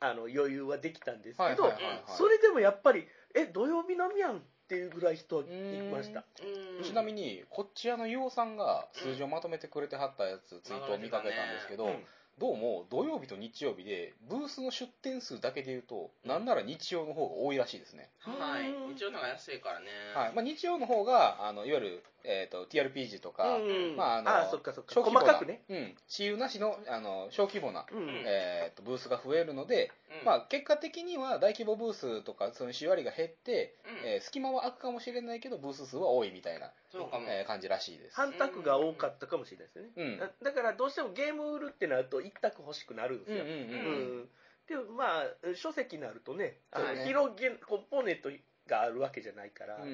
Speaker 1: あの余裕はできたんですけど、
Speaker 3: はいはいはいはい
Speaker 1: それでもやっぱり、え、土曜日並みやんっていうぐらい人は行きました。
Speaker 2: うん
Speaker 3: ちなみにこっち屋の伊尾さんが数字をまとめてくれてはったやつツイートを見かけたんですけど、
Speaker 1: うん
Speaker 3: どうも土曜日と日曜日でブースの出店数だけでいうとなんなら日曜の方が多いらしいですね、
Speaker 2: はい
Speaker 1: うん
Speaker 2: 一応なんか安いからね
Speaker 3: はいまあ、日曜の方があのいわゆる、えー、と TRPG とか、
Speaker 1: うん
Speaker 3: まああの
Speaker 1: そっかそっか。
Speaker 3: 小
Speaker 1: 細
Speaker 3: 規模な
Speaker 1: かくね。
Speaker 3: うん、私有なしのあの小規模な、
Speaker 1: うん。
Speaker 3: えー、とブースが増えるので、
Speaker 2: うん
Speaker 3: まあ、結果的には大規模ブースとかその使用割が減って、
Speaker 2: うん
Speaker 3: えー隙間は空くかもしれないけどブース数は多いみたいな、
Speaker 2: そうかも、
Speaker 3: えー感じらしいです、
Speaker 1: 半択が多かったかもしれないですね。
Speaker 3: うん
Speaker 1: だだからどうしてもゲーム売るってなると一択欲しくなるんです
Speaker 3: うんう
Speaker 1: よ
Speaker 3: んう。
Speaker 1: うん
Speaker 3: ん
Speaker 1: でもまあ書籍になるとね、あの
Speaker 2: はい
Speaker 1: 広げコンポーネントがあるわけじゃないから。
Speaker 3: うん
Speaker 1: う
Speaker 2: うん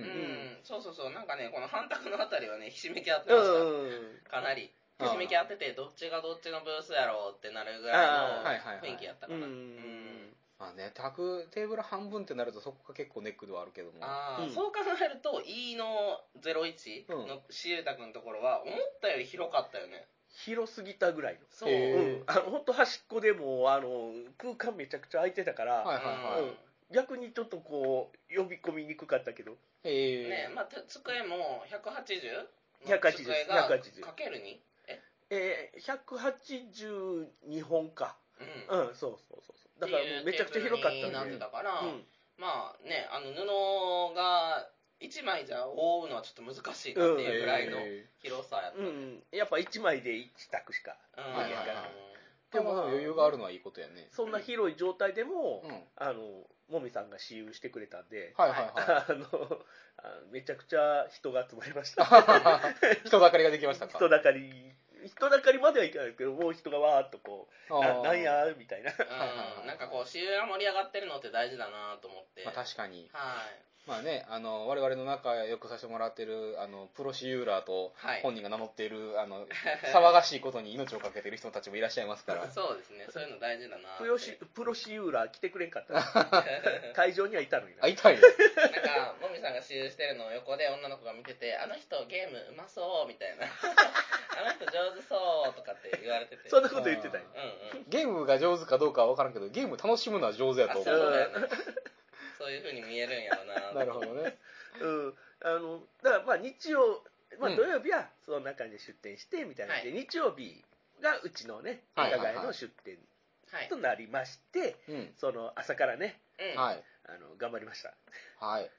Speaker 2: ん、そうそうそうなんかねこの半卓のあたりはねひしめき合って
Speaker 1: う
Speaker 2: ました、
Speaker 1: ん
Speaker 2: かなり
Speaker 3: うん
Speaker 2: ひしめき合っててどっちがどっちのブースやろうってなるぐ
Speaker 1: あー
Speaker 2: ら
Speaker 3: はいいはいは
Speaker 2: の
Speaker 3: い
Speaker 2: 雰囲気やったか
Speaker 1: う
Speaker 2: な、
Speaker 1: ん
Speaker 3: まあね、タクテーブル半分ってなるとそこが結構ネックではあるけども
Speaker 2: ああ、
Speaker 1: うん
Speaker 2: そう考えると E の01のシエタ君のところは思ったより広かったよね
Speaker 1: 広すぎたぐらいの。
Speaker 2: そう、
Speaker 3: へ
Speaker 1: うん、
Speaker 3: ー
Speaker 1: あの本当端っこでもうあの空間めちゃくちゃ空いてたから、
Speaker 3: はいはいはい、
Speaker 1: うん逆にちょっとこう呼び込みにくかったけど、
Speaker 3: えー
Speaker 2: ねまあ、た机も
Speaker 1: 180
Speaker 2: 180? 机が
Speaker 1: 180
Speaker 2: かける 2? え
Speaker 1: えー、182本か、
Speaker 2: うん
Speaker 1: うん、そうそうそうそうだからもうめちゃくちゃ広かった
Speaker 2: っていうテーブル
Speaker 1: ん
Speaker 2: に
Speaker 1: で
Speaker 2: なったから、
Speaker 1: うん
Speaker 2: まあねあの布が1枚じゃ覆うのはちょっと難しいなっていうぐらいの
Speaker 3: え
Speaker 2: 広さやった、
Speaker 1: うんやっぱ1枚で1択しか
Speaker 2: うん
Speaker 3: はいはいはい
Speaker 1: で
Speaker 3: ー
Speaker 1: も
Speaker 3: まあまあ余裕があるのはいいことやね
Speaker 1: そんな広い状態でも、
Speaker 3: うんはい
Speaker 1: あのもみさんが私有してくれたんで、
Speaker 3: はいは
Speaker 1: あのあのめちゃくちゃ人が集まりました
Speaker 3: い人だかりができましたか
Speaker 1: 人だかり人だかりまではいかないですけどもう人がわーっとこう
Speaker 3: あ
Speaker 1: な
Speaker 3: ー
Speaker 1: なんやみたいな
Speaker 2: うんなんかこう、渋谷が盛り上がってるのって大事だなと思って。
Speaker 3: まあ、確かに
Speaker 2: はい。
Speaker 3: まあね、あの、我々の仲良くさせてもらってる、あの、プロシユーラーと
Speaker 2: はい、
Speaker 3: 本人が名乗っている、あの、騒がしいことに命をかけている人たちもいらっしゃいますか ら。
Speaker 2: そうですねそういうの大事だなって
Speaker 1: プロシプロシユーラー来てくれんかった ら会場にはいたのにな
Speaker 3: あ、痛いです。
Speaker 2: なんかもみさんが私有してるのを横で女の子が見てて「あの人ゲームうまそう」みたいな「 あの人上手そう」とかって言われてて
Speaker 1: そん
Speaker 2: う
Speaker 1: なこと言ってたんや
Speaker 2: んうん
Speaker 3: ゲームが上手かどうかは分からんけど、ゲーム楽しむのは上手や
Speaker 2: あ
Speaker 3: と
Speaker 2: そう
Speaker 3: 思う。
Speaker 2: だよねそういうふうに見えるんやろな
Speaker 3: なるほどね。
Speaker 1: うんあのだからまあ日曜、まあ、
Speaker 3: うん
Speaker 1: 土曜日はその中で出店してみたいなので、日曜日がうちのねお
Speaker 3: はい
Speaker 1: 互いの出店
Speaker 2: はい
Speaker 1: となりまして、
Speaker 3: うん。
Speaker 1: その朝からね
Speaker 2: うん
Speaker 3: はい。
Speaker 1: あの頑張りました
Speaker 3: はい。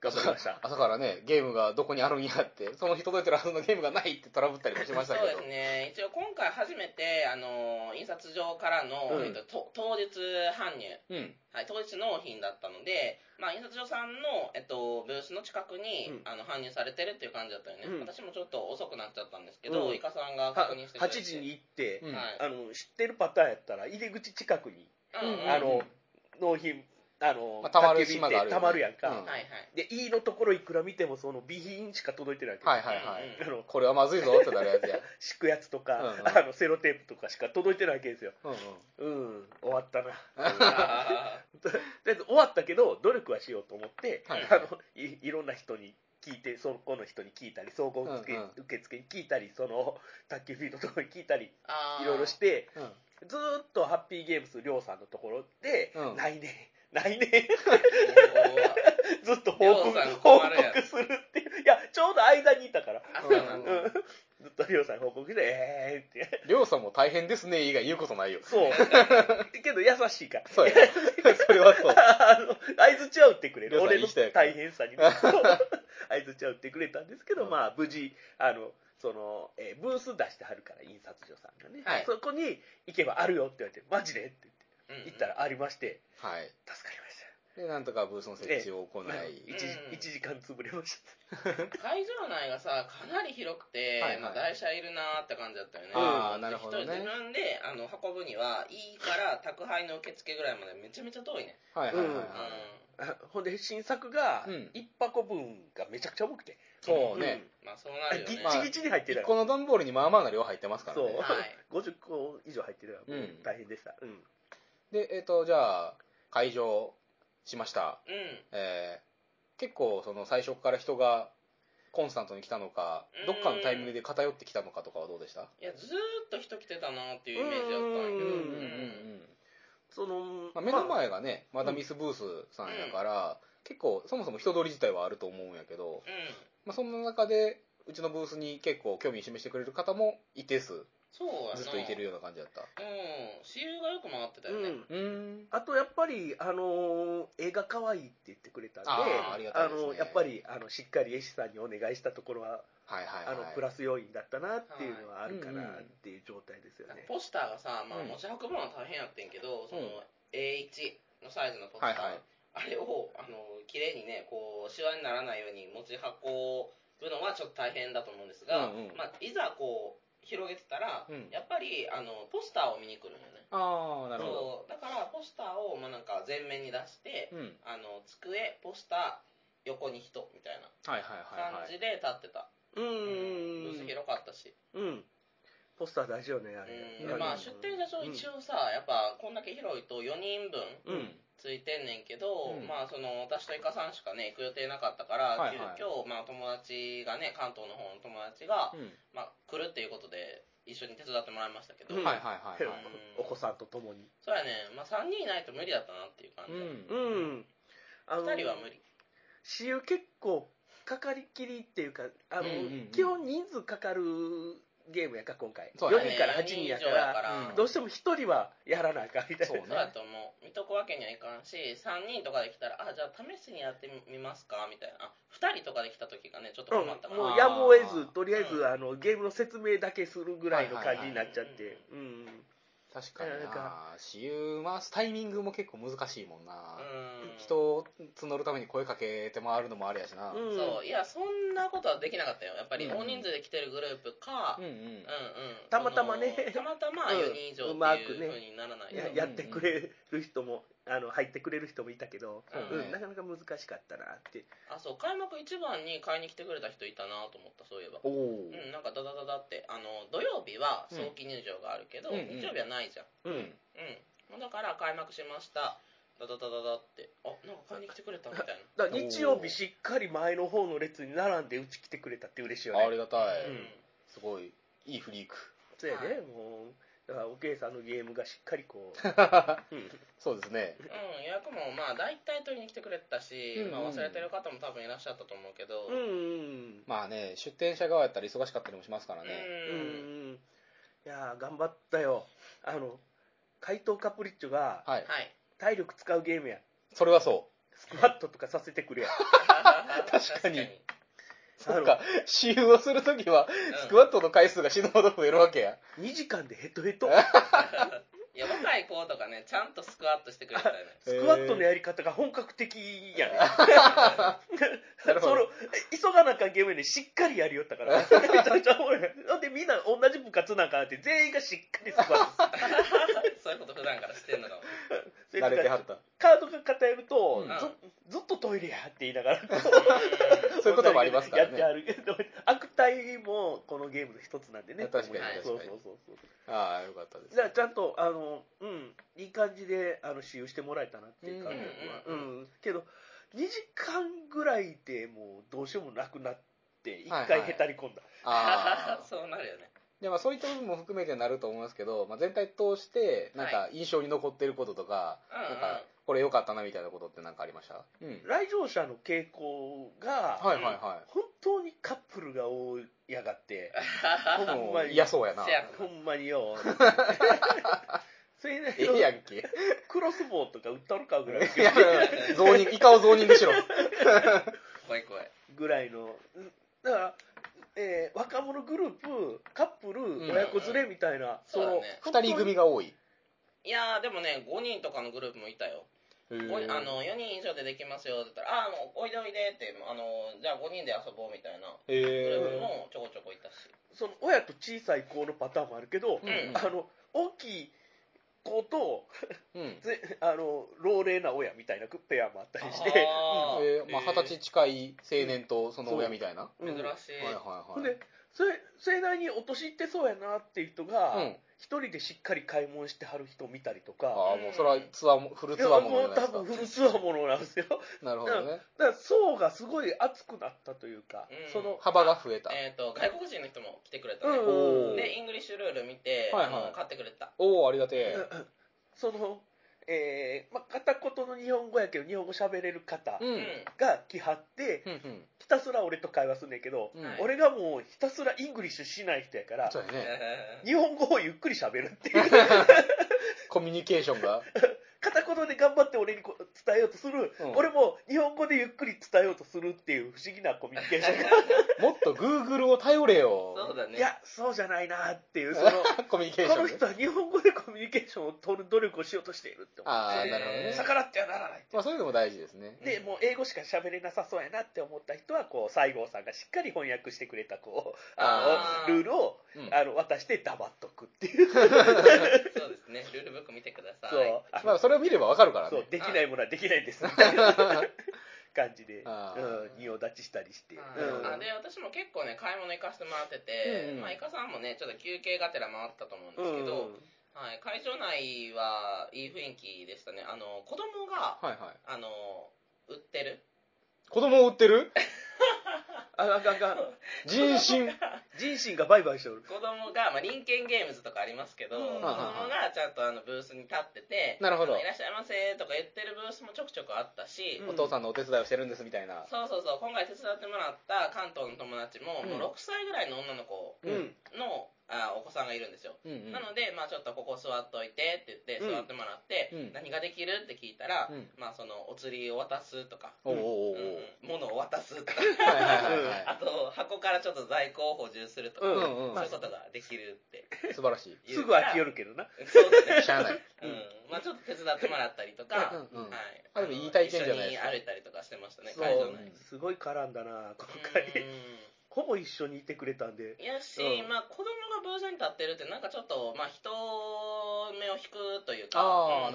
Speaker 1: 頑張りました
Speaker 3: 朝からね、ゲームがどこにあるんやって、その日届いてるはずのゲームがないってトラブったりもしましたけ
Speaker 2: そう
Speaker 3: ど。
Speaker 2: ですね一応今回初めてあの印刷所からの、
Speaker 1: うん
Speaker 2: えっとと当日搬入、
Speaker 3: うん。
Speaker 2: はい、当日納品だったので、まあ、印刷所さんの、えっと、ブースの近くに、
Speaker 1: うん
Speaker 2: あの搬入されてるっていう感じだったよね、
Speaker 1: うん
Speaker 2: 私もちょっと遅くなっちゃったんですけど、
Speaker 1: うん
Speaker 2: イカさん
Speaker 1: は
Speaker 2: が確認してくれて
Speaker 1: 8時に行って、
Speaker 3: うん
Speaker 2: は
Speaker 1: あ
Speaker 2: い
Speaker 1: の知ってるパターンやったら入り口近くに、
Speaker 2: うんうん
Speaker 1: あの納品あの、
Speaker 3: まあ溜まる
Speaker 1: 焚き火
Speaker 3: 島があるよ
Speaker 1: 溜
Speaker 3: ね
Speaker 1: まるやんか、
Speaker 3: うん
Speaker 2: はいはい
Speaker 1: で E のところいくら見てもその備品しか届いてないわけど、
Speaker 3: はいはいは
Speaker 2: うん
Speaker 3: い。
Speaker 1: あ の
Speaker 3: これはまずいぞってなるやつ や。
Speaker 1: 敷くやつとか、
Speaker 3: うんうん
Speaker 1: あのセロテープとかしか届いてないわけですよ
Speaker 3: うんうん。
Speaker 1: うん終わったな
Speaker 2: あ
Speaker 1: とりあえず終わったけど努力はしようと思って、
Speaker 3: はい
Speaker 1: あのいいろんな人に聞いてそこの人に聞いたり総合受付,、
Speaker 3: うんうん
Speaker 1: 受付に聞いたりその卓球フィードとかに聞いたり
Speaker 2: ー
Speaker 1: いろいろして
Speaker 3: うん。
Speaker 1: ずーっとハッピーゲームスりょうさんのところで、
Speaker 3: うん
Speaker 1: ない ねないねずっと報
Speaker 2: りょう
Speaker 1: 告
Speaker 2: さん
Speaker 1: 報
Speaker 2: 困るやん
Speaker 1: 告するっていういやちょうど間にいたから、
Speaker 2: あそううんな
Speaker 1: うんん
Speaker 2: だ、
Speaker 1: ずっとりょうさんに報告してえーって
Speaker 3: りょうさんも大変ですね以外言うこ とないよ。
Speaker 1: そう けど優しいから
Speaker 3: そうや ね。それはそ う。
Speaker 1: あの相づちは打ってくれる
Speaker 3: りょうさん
Speaker 1: 俺
Speaker 3: いい
Speaker 1: の
Speaker 3: 人やから
Speaker 1: 大変さに 相づちは打ってくれたんですけど、
Speaker 3: うん
Speaker 1: まあ無事あのその、えーブース出してはるから印刷所さんがね、
Speaker 2: はい
Speaker 1: そこに行けばあるよって言われてマジでって言って
Speaker 2: うんうん
Speaker 1: 行ったらありまして
Speaker 3: はい。
Speaker 1: 助かりました
Speaker 3: で、なんとかブースの設置を行い。
Speaker 1: 1, 時
Speaker 2: うん
Speaker 1: 一時間潰れました
Speaker 2: 会場内がさかなり広くて、
Speaker 3: はいはい
Speaker 2: まあ、台車いるなーって感じだったよね
Speaker 3: あー
Speaker 2: うん
Speaker 3: なるほどね
Speaker 2: 一人自分であの運ぶには E から宅配の受付ぐらいまでめちゃめちゃ遠いね、
Speaker 3: はいはいはいは
Speaker 2: う
Speaker 3: い。
Speaker 2: ん
Speaker 1: あほんで新作が
Speaker 3: うん
Speaker 1: 1箱分がめちゃくちゃ重くて、
Speaker 3: そうね。
Speaker 2: まあそうなるよ
Speaker 1: ギ
Speaker 2: ね、
Speaker 1: ッチギチに入って
Speaker 3: 一
Speaker 1: る、
Speaker 3: 個の段ボールにまあまあな量入ってますから
Speaker 1: そう、
Speaker 3: ね。
Speaker 2: はい
Speaker 1: 50個以上入ってるからもう
Speaker 3: うん
Speaker 1: 大変でした、うん
Speaker 3: で、えっ、と、じゃあ、会場しました。
Speaker 2: うん
Speaker 3: えー結構、その最初から人がコンスタントに来たのか
Speaker 2: う、ん
Speaker 3: どっかのタイミングで偏ってきたのかとかはどうでした
Speaker 2: いやずーっと人来てたなっていうイメージだったんやけ
Speaker 1: うんうん
Speaker 2: どうん
Speaker 1: その、
Speaker 3: まあ、目の
Speaker 1: まあ
Speaker 3: 前がね、まだミスブースさんやから、結構、そもそも人通り自体はあると思うんやけど、まあ、そんな中で、うちのブースに結構興味示してくれる方も一定数、
Speaker 2: そうやな
Speaker 3: ずっといてるような感じだった。
Speaker 2: うん私有がよく回ってたよ
Speaker 1: う
Speaker 2: ね
Speaker 1: ん
Speaker 3: うーん。
Speaker 1: あとやっぱり、あのー映画可愛いって言ってくれたんで、
Speaker 3: あ
Speaker 2: ーあ
Speaker 3: りがたいですね
Speaker 1: あのやっぱりあのしっかり絵師さんにお願いしたところは、
Speaker 3: はいはい
Speaker 1: あ
Speaker 3: はい。
Speaker 1: のプラス要因だったなっていうのはあるか
Speaker 3: はい
Speaker 1: なっていう状態ですよ
Speaker 2: なんか
Speaker 1: ね。
Speaker 2: ポスターがさ、まあ、
Speaker 3: うん
Speaker 2: 持ち運ぶのは大変やってんけど、その
Speaker 3: うん
Speaker 2: A1 のサイズのポスター、
Speaker 3: はいはい
Speaker 2: あれをあの綺麗にねこうシワにならないように持ち運ぶのはちょっと大変だと思うんですが、
Speaker 3: うんうん
Speaker 2: まあ、いざこう広げてたら、
Speaker 3: うん
Speaker 2: やっぱりあのポスターを見に来るんよね
Speaker 3: ああ、なる
Speaker 2: そ
Speaker 3: ほど。
Speaker 2: うだからポスターを、まあ、なんか前面に出して、
Speaker 3: うん。
Speaker 2: あの机ポスター横に人みたいな
Speaker 3: はいはいはい、は
Speaker 2: 感
Speaker 3: い。
Speaker 2: じで立ってた、
Speaker 1: うんうん
Speaker 2: うブース広かったし、
Speaker 1: うん、うん、ポスター大事よね、あ
Speaker 2: う
Speaker 1: れ。
Speaker 2: ん、で
Speaker 3: うん
Speaker 2: まあ出店者証一応さ、やっぱこんだけ広いと4人分
Speaker 1: うん
Speaker 2: ついてんねんけど、
Speaker 3: うん
Speaker 2: まあその私とイカさんしかね行く予定なかったから、
Speaker 3: はいはい
Speaker 2: 急遽まあ友達がね関東の方の友達が、
Speaker 3: うん。
Speaker 2: まあ、来るっていうことで一緒に手伝ってもらいましたけど、
Speaker 1: うん
Speaker 3: はいはいはい はい。
Speaker 1: お子さんと共に。
Speaker 2: そうやね、まあ、3人いないと無理だったなっていう感じ、
Speaker 1: う
Speaker 3: うん
Speaker 1: ん、あ
Speaker 2: 2人は無理
Speaker 1: 私有結構かかりきりっていうかあの、
Speaker 2: うんうん
Speaker 3: うん
Speaker 1: 基本人数かかるゲームやから今回、
Speaker 3: そう
Speaker 1: 4
Speaker 3: だ
Speaker 1: 人から8人やから
Speaker 3: うん
Speaker 1: どうしても1人はやらなあかんみたい
Speaker 3: そう
Speaker 1: な
Speaker 3: ね
Speaker 2: そうやと思う見とくわけにはいかんし3人とかで来たらあじゃあ試しにやってみますかみたいなあ2人とかで来た時がねちょっと困った
Speaker 1: う
Speaker 2: か
Speaker 1: ん、
Speaker 2: な、
Speaker 1: も
Speaker 3: あ
Speaker 1: う
Speaker 3: ー
Speaker 1: やむを得ずとりあえず、
Speaker 2: うん
Speaker 1: あのゲームの説明だけするぐらいの感じになっちゃって、
Speaker 2: はいは
Speaker 1: うんうん
Speaker 3: 確かに
Speaker 1: なん
Speaker 3: な
Speaker 1: か
Speaker 3: 私有回すタイミングも結構難しいもんな、
Speaker 2: うん
Speaker 3: 人を募るために声かけて回るのもあれやしな、
Speaker 1: うん
Speaker 2: そういやそんなことはできなかったよやっぱり
Speaker 3: うん
Speaker 2: 大人数で来てるグループか、
Speaker 3: うんうん
Speaker 2: うんうん
Speaker 1: たまたまね
Speaker 2: そのたまたま
Speaker 1: うん
Speaker 2: 4人以上
Speaker 1: うま
Speaker 2: って
Speaker 1: く
Speaker 2: いう
Speaker 1: ね
Speaker 2: ふうにならないと、
Speaker 1: や
Speaker 3: うん
Speaker 1: やってくれる人も、あの入ってくれる人もいたけど、
Speaker 2: うん
Speaker 1: うん、なかなか難しかったなって。
Speaker 2: あそう開幕一番に買いに来てくれた人いたなと思ったそういえば
Speaker 3: お
Speaker 2: う
Speaker 3: お
Speaker 2: んなんかダダダダってあの土曜日は早期入場があるけど、
Speaker 3: うんうんうん
Speaker 2: 日曜日はないじゃん
Speaker 3: うん、
Speaker 2: うんもうだから開幕しましたダダダダダってあなんか買いに来てくれたみたいな
Speaker 1: だから日曜日しっかり前の方の列に並んでうち来てくれたって嬉しいよね。
Speaker 3: ありがたい、
Speaker 1: うん
Speaker 3: すごいいいフリーク
Speaker 1: そうやね、
Speaker 2: はい
Speaker 1: もう。だからおけいさんのゲームがしっかりこう、うん
Speaker 3: そうですね
Speaker 2: うん、予約もまあ大体取りに来てくれてたし、
Speaker 3: うんうん
Speaker 2: まあ、忘れてる方も多分いらっしゃったと思うけど、
Speaker 1: うん
Speaker 2: うん
Speaker 1: うん
Speaker 3: まあね出店者側やったら忙しかったりもしますからね、
Speaker 1: うんうんいやー頑張ったよあの怪盗カプリッチョが
Speaker 3: はい、
Speaker 2: はい
Speaker 1: 体力使うゲームや
Speaker 3: それはそ
Speaker 1: スクワットとかさせてくれや
Speaker 3: 確かにう
Speaker 1: あ
Speaker 3: そっ
Speaker 1: の
Speaker 3: か使用するときはスクワットの回数が死ぬほど増えるわけや
Speaker 1: 2時間でヘトヘト
Speaker 2: いや若い子とかねちゃんとスクワットしてくれたよね
Speaker 1: スクワットのやり方が本格的やね
Speaker 3: なるほ
Speaker 1: そ
Speaker 3: ど
Speaker 1: の急がなあかんゲームやねんしっかりやりよった からめちゃめちゃおもろいほんでみんな同じ部活なんかなって全員がしっかりスクワットす
Speaker 2: そういうこと普段からしてんのかも
Speaker 1: る
Speaker 3: 慣れてはった
Speaker 1: カードが偏ると、
Speaker 3: うん
Speaker 1: ずずっとトイレやって言いながらこう
Speaker 3: そういうこともありますからね
Speaker 1: やってある。悪態もこのゲームの一つなんでね。
Speaker 3: 確かに
Speaker 2: はい
Speaker 1: そう
Speaker 3: 確か
Speaker 1: そう
Speaker 3: に
Speaker 1: そうそう。
Speaker 3: ああよかったです
Speaker 1: じゃあちゃんと、あの、うん、いい感じで、あの、使用してもらえたなっていう感覚は。
Speaker 2: うん
Speaker 1: うん。けど、2時間ぐらいでもうどうしようもなくなって、一
Speaker 3: はいはい
Speaker 1: 回へたり込んだ。
Speaker 3: ああ
Speaker 2: そうなるよね
Speaker 3: でまあ、そういった部分も含めてなると思うんですけど、まあ、全体通してなんか印象に残ってることとか,、
Speaker 2: うんうん
Speaker 3: なんかこれ良かったなみたいなことって何かありました、うん、
Speaker 1: 来場者の傾向が、
Speaker 3: はいはいは
Speaker 1: 本当にカップルが多いやが って、
Speaker 3: い、
Speaker 1: ほんまに
Speaker 3: 嫌そうやな
Speaker 2: せや
Speaker 3: え
Speaker 1: ほんまに よ。それね、
Speaker 3: えやんけ
Speaker 1: クロスボウとか打ったのかぐらい。
Speaker 3: いやゾーニングイカをゾーニングしろ
Speaker 2: 怖い怖い
Speaker 1: ぐらいの、うんだから、えー若者グループ、カップ
Speaker 3: ん
Speaker 1: ル、親子連れみたいな、
Speaker 2: そうだね
Speaker 3: 2人組が多い、
Speaker 2: いやーでもね5人とかのグループもいたよ、
Speaker 3: へ
Speaker 2: ご
Speaker 3: え
Speaker 2: あの4人以上でできますよって言ったら「ああもうおいでおいで」ってあのじゃあ5人で遊ぼうみたいなグループ
Speaker 3: へえ
Speaker 2: もちょこちょこいたし、
Speaker 1: その親と小さい子のパターンもあるけど、
Speaker 3: うん
Speaker 1: あの大きい子と
Speaker 3: うん
Speaker 1: ぜあの老齢な親みたいなペアもあったりして、
Speaker 2: あー
Speaker 3: えーまあ、20歳近い青年とその親みたいな、
Speaker 1: うん
Speaker 2: 珍
Speaker 1: うん
Speaker 2: し
Speaker 3: はい
Speaker 2: い、
Speaker 3: はい
Speaker 1: ほ
Speaker 3: は
Speaker 1: ん
Speaker 3: い
Speaker 1: でそれそれなりにお年いってそうやなっていう人
Speaker 3: う
Speaker 1: が
Speaker 3: ん、
Speaker 1: 一、人でしっかり買い物してはる人を見たりとか、
Speaker 3: ああもうそれはツアーもフル
Speaker 1: い
Speaker 3: ツ
Speaker 1: や
Speaker 3: アーもの
Speaker 1: もう多
Speaker 3: じゃないですか
Speaker 1: 分古ツアーものなんですよ。
Speaker 3: なるほどね
Speaker 1: だから層がすごい厚くなったというか、
Speaker 2: うん
Speaker 1: その
Speaker 3: 幅が増えた、
Speaker 2: えっ、と外国人の人も来てくれたね、
Speaker 1: うん
Speaker 2: でイングリッシュルール見て、
Speaker 3: はいはい
Speaker 2: あの買ってくれた
Speaker 3: おおありがてえ
Speaker 1: その、えーまあ、片言の日本語やけど、日本語喋れる方
Speaker 3: うん
Speaker 2: う
Speaker 1: が来はって、
Speaker 3: うんうん
Speaker 1: ひたすら俺と会話すんねんけど、
Speaker 3: うん
Speaker 2: はい
Speaker 1: 俺がもうひたすらイングリッシュしない人やから
Speaker 3: そ、うやね
Speaker 1: 日本語をゆっくり喋るっていう、
Speaker 3: コミュニケーション が
Speaker 1: 片言で頑張って俺にこう伝えようとする、
Speaker 3: うん
Speaker 1: 俺も日本語でゆっくり伝えようとするっていう不思議なコミュニケーションが、
Speaker 3: もっと Google を頼れよ
Speaker 2: そうだね
Speaker 1: いや、そうじゃないなって いう、その、
Speaker 3: コミュニケーシ
Speaker 1: この
Speaker 3: ョンね
Speaker 1: 人は日本語でコミュニケーションを取る努力をしようとしているって思う
Speaker 3: ああなるほどね、
Speaker 1: 逆らってはならない。
Speaker 3: まあ、そういうのも大事ですね
Speaker 1: でもう英語しか喋れなさそうやなって思った人はこう西郷さんがしっかり翻訳してくれたこうあ
Speaker 2: あー
Speaker 1: のルールを、
Speaker 3: うん
Speaker 1: あの渡して黙っとくっていう
Speaker 2: そうですねルールブック見てください
Speaker 1: そうあ
Speaker 3: まあ、それを見ればわかるから
Speaker 1: そう
Speaker 3: ね
Speaker 1: できないものはできないん ですみたいな感じで、
Speaker 3: あ
Speaker 1: うん、仁王立ちしたりして、
Speaker 2: あ
Speaker 1: うん
Speaker 2: ーあで私も結構ね買い物行かせてもらってて、
Speaker 3: うんうん
Speaker 2: まあ、イカさんもねちょっと休憩がてら回ったと思うんですけど、はい、会場内はいい雰囲気でしたねあの子供が、
Speaker 3: はいはい
Speaker 2: あの売ってる
Speaker 3: 子供を売ってる
Speaker 1: ああかんあかん
Speaker 3: 人身
Speaker 1: 人心がバイバイしとる
Speaker 2: 子供が、まあ、林権ゲームズとかありますけど、
Speaker 1: うん
Speaker 2: 子供がちゃんとあのブースに立ってて
Speaker 3: なるほど
Speaker 2: あのいらっしゃいませとか言ってるブースもちょくちょくあったし、
Speaker 1: うん
Speaker 3: お父さんのお手伝いをしてるんですみたいな
Speaker 2: そうそうそう今回手伝ってもらった関東の友達も,、
Speaker 3: うん
Speaker 2: もう6歳ぐらいの女の子
Speaker 3: うん
Speaker 2: のあお子さんがいるんですよ、
Speaker 3: うんうん
Speaker 2: なので、まあ、ちょっとここ座っといてって言って
Speaker 1: うん
Speaker 2: 座ってもらって、
Speaker 3: うん
Speaker 2: 何ができるって聞いたら、
Speaker 3: うん
Speaker 2: まあ、そのお釣りを渡すとか、
Speaker 3: おうおう
Speaker 2: うん物
Speaker 3: おうおう
Speaker 2: を渡すとか
Speaker 3: はいはいはい
Speaker 2: あ
Speaker 3: は
Speaker 2: と箱からちょっと在庫を補充するとか、
Speaker 1: うん
Speaker 3: うんうん
Speaker 2: そういうことができるって
Speaker 3: い素晴らしい
Speaker 2: 言
Speaker 1: す
Speaker 2: う
Speaker 1: ぐ
Speaker 2: から
Speaker 1: 飽きよるけどな
Speaker 2: そうですね
Speaker 3: しゃあない
Speaker 2: うんまあ、ちょっと手伝ってもらったりとか、
Speaker 3: うんうん
Speaker 2: はい、
Speaker 3: あでもいい体験じゃないですか
Speaker 2: 一緒に歩いたりとかしてましたね
Speaker 1: そう
Speaker 2: 会場内
Speaker 3: うん
Speaker 1: すごい絡んだな今
Speaker 2: う
Speaker 1: 回
Speaker 2: ん
Speaker 1: ほぼ一緒にいてくれたんで
Speaker 2: いやし、
Speaker 1: うん
Speaker 2: まあ子供がブースに立ってるってなんかちょっとまあ人目を引くというか、
Speaker 3: あ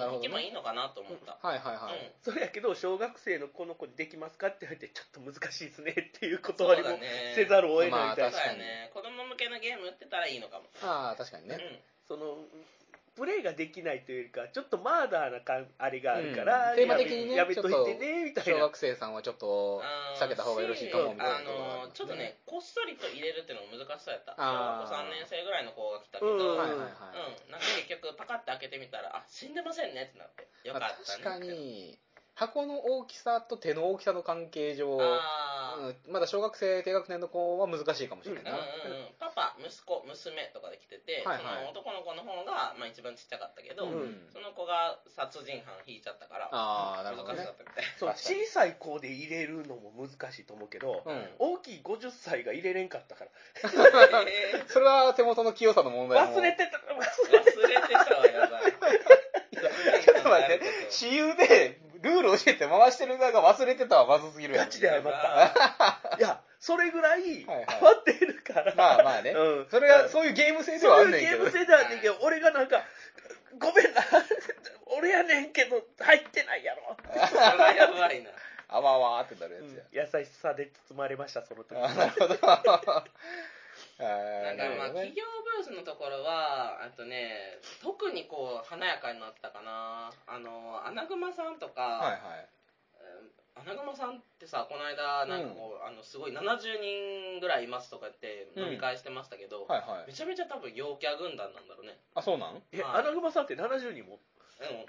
Speaker 2: うん
Speaker 3: ーなるほど
Speaker 2: 引き
Speaker 3: ね
Speaker 2: もいいのかなと思った。
Speaker 3: はいはい
Speaker 2: う
Speaker 3: は
Speaker 2: ん
Speaker 3: い。
Speaker 1: それやけど、小学生のこの子にできますかって言われて、ちょっと難しいですねっていう
Speaker 2: そう
Speaker 1: 断りも
Speaker 2: だね。
Speaker 1: せざるを得ないみたいな
Speaker 2: そう
Speaker 3: まあ確か
Speaker 2: だ
Speaker 3: に
Speaker 2: ね。子供向けのゲーム売ってたらいいのかも。
Speaker 3: ああ、確かにね。
Speaker 1: そのプレイができないというよりかちょっとマーダーなかんあれがあるか
Speaker 3: う
Speaker 1: ら、
Speaker 3: んテーマ的にね
Speaker 1: やめやめといてねみたい
Speaker 3: 小
Speaker 1: な
Speaker 3: 学生さんはちょっと避けた方がよろしいかもみたいな
Speaker 2: あ
Speaker 3: ところがあり
Speaker 2: の
Speaker 3: ま
Speaker 2: ちょっと
Speaker 3: す
Speaker 2: ね、こっそりと入れるっていうのも難しそうやった。
Speaker 3: あー
Speaker 2: 小学校3年生ぐらいの子が来たけど、
Speaker 1: うん
Speaker 3: はい
Speaker 2: うん
Speaker 3: はいは
Speaker 2: な
Speaker 3: い。
Speaker 2: んか結局パカッて開けてみたら、あ、死んでませんねってなって。よ
Speaker 3: ま
Speaker 2: か
Speaker 3: あ
Speaker 2: った
Speaker 3: 確か
Speaker 2: ねって。
Speaker 3: に、箱の大きさと手の大きさの関係上、
Speaker 2: あー
Speaker 3: うんまだ小学生低学年の子は難しいかもしれない
Speaker 2: うん
Speaker 3: な。
Speaker 2: うんうん、パパ、息子、娘とかで来てて、
Speaker 3: はいはい
Speaker 2: その男の子の方が、まあ、一番ちっちゃかったけど、
Speaker 1: うん
Speaker 2: その子が殺人犯引いちゃったから、
Speaker 3: ああ、な
Speaker 2: 難し
Speaker 3: るほ
Speaker 2: か
Speaker 3: ど
Speaker 2: ったみ
Speaker 3: ね。
Speaker 2: たい。
Speaker 1: そう
Speaker 3: 確か
Speaker 1: 小
Speaker 3: に
Speaker 1: さい子で入れるのも難しいと思うけど、
Speaker 3: うん。
Speaker 1: 大きい50歳が入れれんかったから
Speaker 2: えー
Speaker 3: それは手元の器用さの問題
Speaker 1: 忘
Speaker 3: も。
Speaker 1: れてた忘れて
Speaker 2: 忘れてたわ、やばい。
Speaker 3: ちょっと待って、私有でルールを教えて回してる側が忘れてたはまずすぎるや
Speaker 1: ガ
Speaker 3: ん。
Speaker 1: チで謝っ
Speaker 2: や
Speaker 1: た いやそれぐらい
Speaker 3: は
Speaker 1: ハ
Speaker 3: いはい
Speaker 1: マってるから、
Speaker 3: まあまあね。
Speaker 1: うん
Speaker 3: それは、そういうゲーム性ではあ
Speaker 1: そ
Speaker 3: ん
Speaker 1: う
Speaker 3: ねん
Speaker 1: いうゲ
Speaker 3: け
Speaker 1: ー
Speaker 3: ど
Speaker 1: ム。性ではあんねんけど俺がなんかごめんな俺やねんけど入ってないやろ
Speaker 2: それはやばいな。
Speaker 3: あわあわーってなるや
Speaker 1: うん
Speaker 3: つや。
Speaker 1: 優しさで包まれましたその時
Speaker 3: あーなるほど。あ
Speaker 2: な
Speaker 3: ー
Speaker 2: んか
Speaker 3: なる
Speaker 2: まあ
Speaker 3: ほど
Speaker 2: 企
Speaker 3: ね
Speaker 2: 業ブースのところは、あとね、特にこう華やかになったかな。あの、アナグマさんと
Speaker 3: はい
Speaker 2: か、
Speaker 3: はい。
Speaker 2: うんアナグマさんってさ、この間、なんかこう、あの、すごい70人ぐらいいますとかって
Speaker 3: うん
Speaker 2: 飲み会してましたけど、
Speaker 3: はいは
Speaker 2: め。
Speaker 3: い
Speaker 2: ちゃめちゃ多分陽キャ軍団なんだろうね。
Speaker 3: あ、そうなん
Speaker 1: え、
Speaker 2: はい
Speaker 1: アナグマさんって70人も
Speaker 2: うん。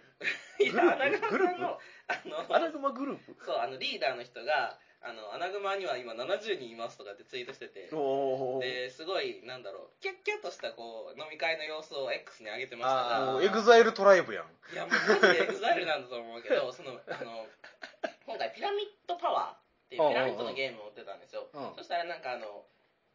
Speaker 2: い
Speaker 1: グループ
Speaker 2: や、アナグ
Speaker 1: ア
Speaker 2: マさんの、あ
Speaker 1: ナ
Speaker 2: の、
Speaker 1: グマグループ
Speaker 2: そう、あの、リーダーの人が、あの、アナグマには今70人いますとかってツイートしてて、
Speaker 1: おー
Speaker 2: ですごいなんだろうキャッキャッとしたこう飲み会の様子を X に上げてましたが
Speaker 3: あーもうエグザイルトライブやん。
Speaker 2: いやもうマジでエグザイルなんだと思うけどそのあの今回ピラミッドパワーっていうピラミッドのゲームを売ってたんですよ
Speaker 3: うん
Speaker 2: そしたらなんかあの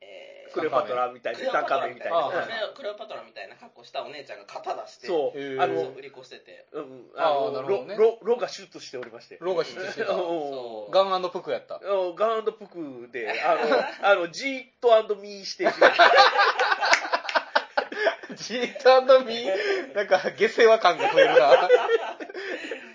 Speaker 2: えー
Speaker 1: クレオパトラみたい
Speaker 2: ク
Speaker 1: な
Speaker 2: レオパ
Speaker 1: ダ
Speaker 2: ト
Speaker 1: カ
Speaker 2: ラ
Speaker 1: メ
Speaker 2: み
Speaker 1: みた
Speaker 2: たい
Speaker 1: いな
Speaker 2: な
Speaker 3: あ
Speaker 2: そう
Speaker 3: ー
Speaker 2: クレオパトラみたいな格好したお姉ちゃんが肩出して
Speaker 1: そう
Speaker 3: へー
Speaker 1: あ
Speaker 2: そ
Speaker 1: の
Speaker 2: う売り越してて
Speaker 1: うんうん
Speaker 3: あー
Speaker 1: あの
Speaker 3: なるほど
Speaker 1: ロ
Speaker 3: ね
Speaker 1: ロロがシュッとしておりまして
Speaker 3: ローが出演してた。
Speaker 1: お
Speaker 2: そう
Speaker 3: ガンプクやった。
Speaker 1: おガンプクで あのあのジーットミーして る
Speaker 3: ジータンドミー、なんか、下世話感が増えるな。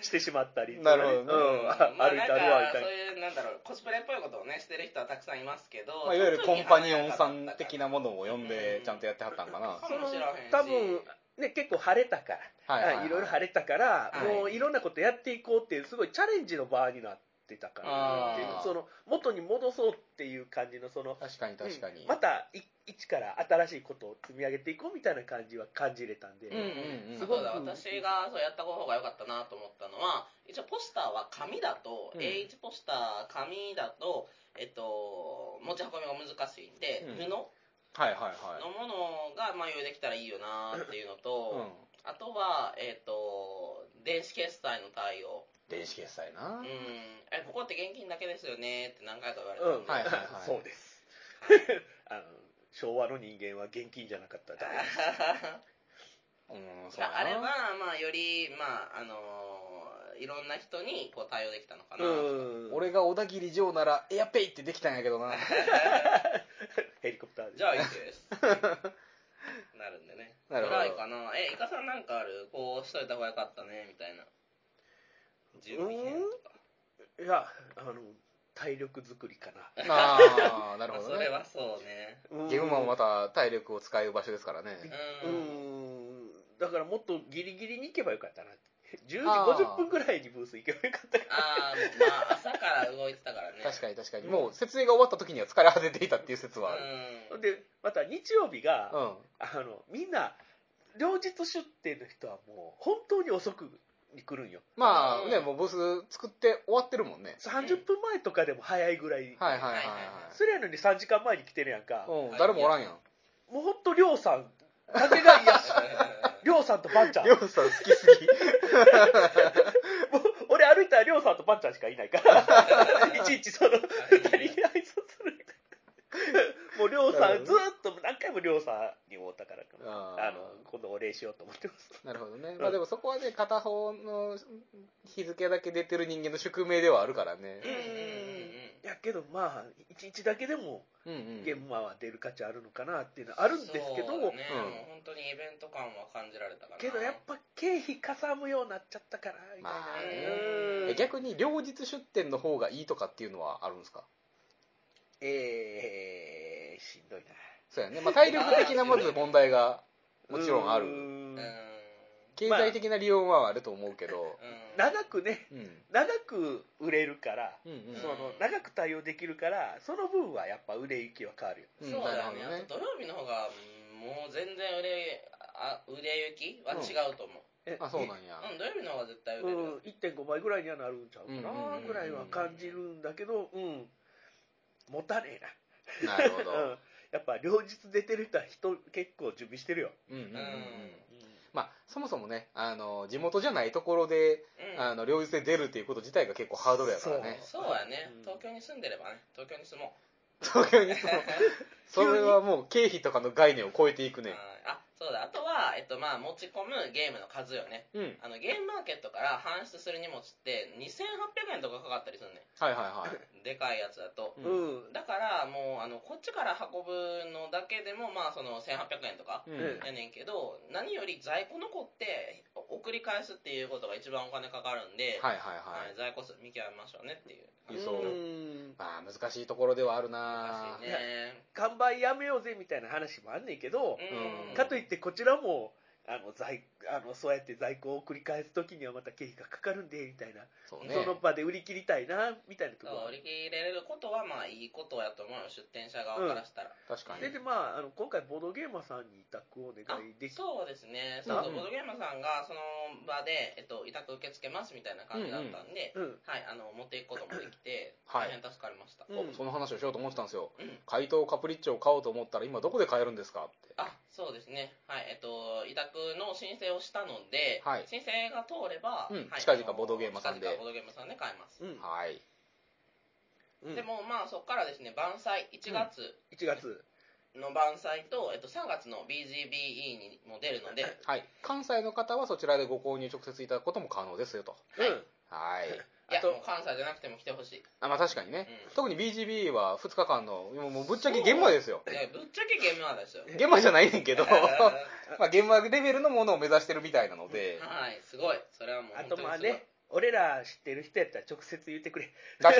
Speaker 1: してしまったりと
Speaker 3: な
Speaker 1: かね
Speaker 3: るほどね
Speaker 1: うんあ
Speaker 2: まあ
Speaker 1: 歩い
Speaker 2: なん
Speaker 1: た
Speaker 2: か
Speaker 1: り歩いた
Speaker 2: そう
Speaker 1: り
Speaker 2: いうなんだろうコスプレっぽいことをねしてる人はたくさんいますけど
Speaker 3: まあ、いわゆるコンパニオンさん的なものを呼んで、ちゃんとやってはったんかな。
Speaker 2: かもしらへんし
Speaker 1: 多分ね結構晴れたから
Speaker 3: はいはい、は。
Speaker 1: はいい、いろいろ晴れたから、
Speaker 2: はい
Speaker 1: もういろんなことやっていこうっていうすごいチャレンジの場になってたから
Speaker 3: あ
Speaker 1: っていう
Speaker 3: ー
Speaker 1: その元に戻そうっていう感じのその
Speaker 3: 確かに確かに。
Speaker 1: うんまたい一から新しいことを積み上げていこうみたいな感じは感じれたんで、
Speaker 3: うん
Speaker 2: すごい
Speaker 1: うん
Speaker 2: 私がそうやった方が良かったなと思ったのは一応ポスターは紙だと、
Speaker 3: うん
Speaker 2: A1 ポスター紙だと、えっと、持ち運びが難しいんで、
Speaker 3: う
Speaker 2: 布
Speaker 3: ん
Speaker 2: の
Speaker 3: はいはいは
Speaker 2: ものがまあ用意できたらいいよなっていうのと
Speaker 3: い。、うん。
Speaker 2: あとは、えっと、電子決済の対応
Speaker 3: 電子決済
Speaker 2: う。
Speaker 3: なん
Speaker 2: えここって現金だけですよねって何回か言われた
Speaker 1: う
Speaker 2: んで、
Speaker 1: ん
Speaker 3: はいはいは い
Speaker 1: そうです。あの昭和の人間は現金じゃなかったらダメです
Speaker 3: うん、そうやな
Speaker 2: があれば、まあ、より、まああのーいろんな人にこう対応できたのかなとか
Speaker 1: うん
Speaker 3: 俺が小田切城なら、エアペイってできたんやけどな。
Speaker 1: ヘリコプターで
Speaker 2: じゃあいいです。なるんでね。
Speaker 3: なるほど
Speaker 2: ぐらいかな。え、イカさんなんかあるこうしといた方がよかったね、みたいな。準備編とか。
Speaker 1: いやあの体力作りかな
Speaker 3: ああ、なるほ
Speaker 2: まあ
Speaker 3: ど
Speaker 2: そ
Speaker 3: ね
Speaker 2: れ。はそうね。
Speaker 1: うん
Speaker 3: ゲームマンもまた体力を使う場所ですからね。
Speaker 1: う
Speaker 2: うん。
Speaker 1: んだからもっとギリギリに行けばよかったなって10
Speaker 3: あ
Speaker 1: 時
Speaker 3: ー
Speaker 1: 50分ぐらいにブース行けばよかったか
Speaker 2: ああ、まあ、朝から動いてたからね。
Speaker 3: 確
Speaker 2: か
Speaker 3: かに確かに。もう、設営が終わった時には疲れ果てていたっていう説はある。
Speaker 1: な
Speaker 2: う ん。
Speaker 1: でまた日曜日が、
Speaker 3: うん。
Speaker 1: あのみんな両日出店の人はもう本当に遅くに来るんよ
Speaker 3: ま
Speaker 2: う
Speaker 3: あ、
Speaker 2: ん
Speaker 3: ね、もうブース作って終わってるもんね。
Speaker 1: 30分前とかでも早いぐらい、
Speaker 3: はいはいはい
Speaker 2: はい
Speaker 1: それやのに3時間前に来てるやんか、
Speaker 3: はい。うん、誰もおらんやん。
Speaker 1: もう本当亮さんだけがいや亮さんとばンちゃん
Speaker 3: りょうさん好きすぎ。
Speaker 1: もう俺歩いたら亮さんとばンちゃんしかいないからいちいちその二人に挨拶する もう亮さんずーっと何回も亮さんに会うたから
Speaker 3: あー
Speaker 1: あの今度お礼しようと思ってます
Speaker 3: なるほどね。まあでもそこはね、片方の日付だけ出てる人間の宿命ではあるからね。
Speaker 2: うんうんうんうん。
Speaker 1: やけどまあ一日だけでも
Speaker 3: うんうん。
Speaker 1: 現場は出る価値あるのかなっていうのはあるんですけど、
Speaker 2: そうだね、
Speaker 3: うん
Speaker 2: もう本当にイベント感は感じられたかな
Speaker 1: けどやっぱ経費かさむようになっちゃったからみたいな、
Speaker 3: まあね
Speaker 1: うん
Speaker 3: え逆に両日出店の方がいいとかっていうのはあるんですか
Speaker 1: えー、しんどい
Speaker 3: そうやね。まあ、体力的なまず問題が
Speaker 1: な
Speaker 3: もちろんあ
Speaker 1: う
Speaker 3: る。
Speaker 1: ん
Speaker 2: うんうん
Speaker 3: 経済的な利用はあると思うけど。
Speaker 1: 長くね
Speaker 3: うん。
Speaker 1: 長く売れるから、
Speaker 3: うんうん。
Speaker 1: その長く対応できるからその分はやっぱ売れ行きは変わるよ
Speaker 3: うん
Speaker 2: そうだよね
Speaker 3: なる
Speaker 2: あと
Speaker 3: ほどね
Speaker 2: 土曜日の方がうんもう全然売れあ売れ行きは違うと思う、
Speaker 1: え
Speaker 3: あ、そうなん
Speaker 1: い
Speaker 3: や。
Speaker 2: うん、土曜日の方が絶対売
Speaker 1: う
Speaker 2: れる、
Speaker 1: ん、1.5倍ぐらいにはなるんちゃうか
Speaker 3: うんうんうん
Speaker 1: な
Speaker 3: うん
Speaker 1: ぐらいは感じるんだけど、うん、持たねえな
Speaker 3: なるほ
Speaker 1: う
Speaker 3: ど。
Speaker 1: んやっぱ両日出てる人は人結構準備してるよ、
Speaker 3: うんうんうんうん。
Speaker 1: うん
Speaker 3: まあ、そもそもね、あの、地元じゃないところで、
Speaker 2: うん
Speaker 3: あの、両日で出るっていうこと自体が結構ハードルやからね。
Speaker 2: そうやね、
Speaker 1: うん
Speaker 2: 東京に住んでればね東京に住もう
Speaker 3: 東京にその、それはもう経費とかの概念を超えていくね。
Speaker 2: あそうだあとは、えっとまあ、持ち込むゲームの数よね
Speaker 3: うん。
Speaker 2: あのゲームマーケットから搬出する荷物って2800円とかかかったりするね
Speaker 3: はいはいは
Speaker 2: でかいやつだと
Speaker 1: う
Speaker 3: う、ん
Speaker 1: ん
Speaker 2: だからもうあのこっちから運ぶのだけでもまあその1800円とか
Speaker 3: い。うん。
Speaker 1: うん
Speaker 2: やねんけど何より在庫残って送り返すっていうことが一番お金かかるんで、
Speaker 3: はいは
Speaker 2: はい
Speaker 3: いは
Speaker 2: 在庫数見極めましょうねっていう
Speaker 3: 輸送
Speaker 1: うん
Speaker 3: い。まあ、難しいところではあるな
Speaker 2: 話ね
Speaker 1: 完売やめようぜみたいな話もあんねんけど、
Speaker 3: うん
Speaker 1: かといってこちらもあの在あのそうやって在庫を繰り返す時にはまた経費がかかるんでみたいな、
Speaker 3: そ
Speaker 1: そ
Speaker 3: うね
Speaker 1: の。場で売り切りたいなみたいなとこ
Speaker 2: そう
Speaker 1: ろ
Speaker 2: 売り切れることはまあいいことやと思うよ出店者側からしたら、
Speaker 3: 確かに
Speaker 1: で。でまああの今回ボードゲーマーさんに委託をお願
Speaker 2: あ
Speaker 1: いでき
Speaker 2: そうですね、
Speaker 1: うん
Speaker 2: そうそうボードゲーマーさんがその場で、えっと、委託受け付けますみたいな感じだったんで、
Speaker 1: うん
Speaker 2: はい、あの持っていくこともできて、
Speaker 3: はい
Speaker 2: 大変助かりました。
Speaker 1: うん
Speaker 3: その話をしようと思ってたんですよ。
Speaker 2: うん
Speaker 3: 怪盗カプリッチョを買おうと思ったら、今どこで買えるんですかって。
Speaker 2: あそうですね、はいえっと、委託の申請をしたので、
Speaker 3: はい
Speaker 2: 申請が通れば、
Speaker 3: うん
Speaker 2: はい
Speaker 3: 近々ボードゲーマーさんで
Speaker 2: 近々ボードゲーマーさんで買えます。
Speaker 1: うん
Speaker 3: はい。
Speaker 1: うん
Speaker 2: でも、まあ、そこからですね、晩祭、1月
Speaker 1: 1月
Speaker 2: の晩祭と、えっと、3月の BGBE にも出るので、
Speaker 3: はい。関西の方はそちらでご購入直接いただくことも可能ですよと。
Speaker 2: はい
Speaker 1: うん
Speaker 3: はい。
Speaker 2: いや、
Speaker 1: あと
Speaker 2: もう関西じゃなくても来てほしい。
Speaker 3: あまあ確かにね。
Speaker 2: うん
Speaker 3: 特に BGB は2日間の、もうもうぶっちゃけ現場ですよ。
Speaker 2: いやぶっちゃけゲームはですよ。
Speaker 3: 現場じゃないねん けど、 ま
Speaker 2: は
Speaker 3: あ現場レベルのものを目指してるみたいなので、
Speaker 2: い、すごい。それはもう
Speaker 1: あ
Speaker 2: 本当
Speaker 1: と
Speaker 2: にすごい。
Speaker 1: まあね俺ら知ってる人やったら直接言ってくれ
Speaker 3: 確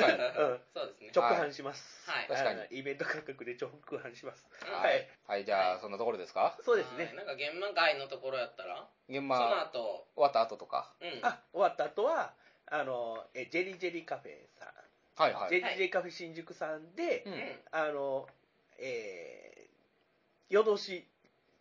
Speaker 3: かに。
Speaker 1: うん
Speaker 2: そうですね。
Speaker 1: 直販します、
Speaker 2: はい
Speaker 3: 確かに
Speaker 1: あのイベント価格で直販します
Speaker 3: は
Speaker 1: はいい。
Speaker 3: はい、じゃあ、そんなところですか
Speaker 1: そうです
Speaker 2: はい
Speaker 1: ね
Speaker 2: なんか現場外のところやったら、
Speaker 3: 現場
Speaker 2: その後、
Speaker 3: 終わった後とか。
Speaker 2: うん。
Speaker 1: あ終わった後はあのえジェリージェリーカフェさん
Speaker 3: はいは
Speaker 1: ジェ
Speaker 3: い。
Speaker 1: リージェリーカフェ新宿さんで、
Speaker 3: う
Speaker 2: うんん。
Speaker 1: あの、えー、夜通し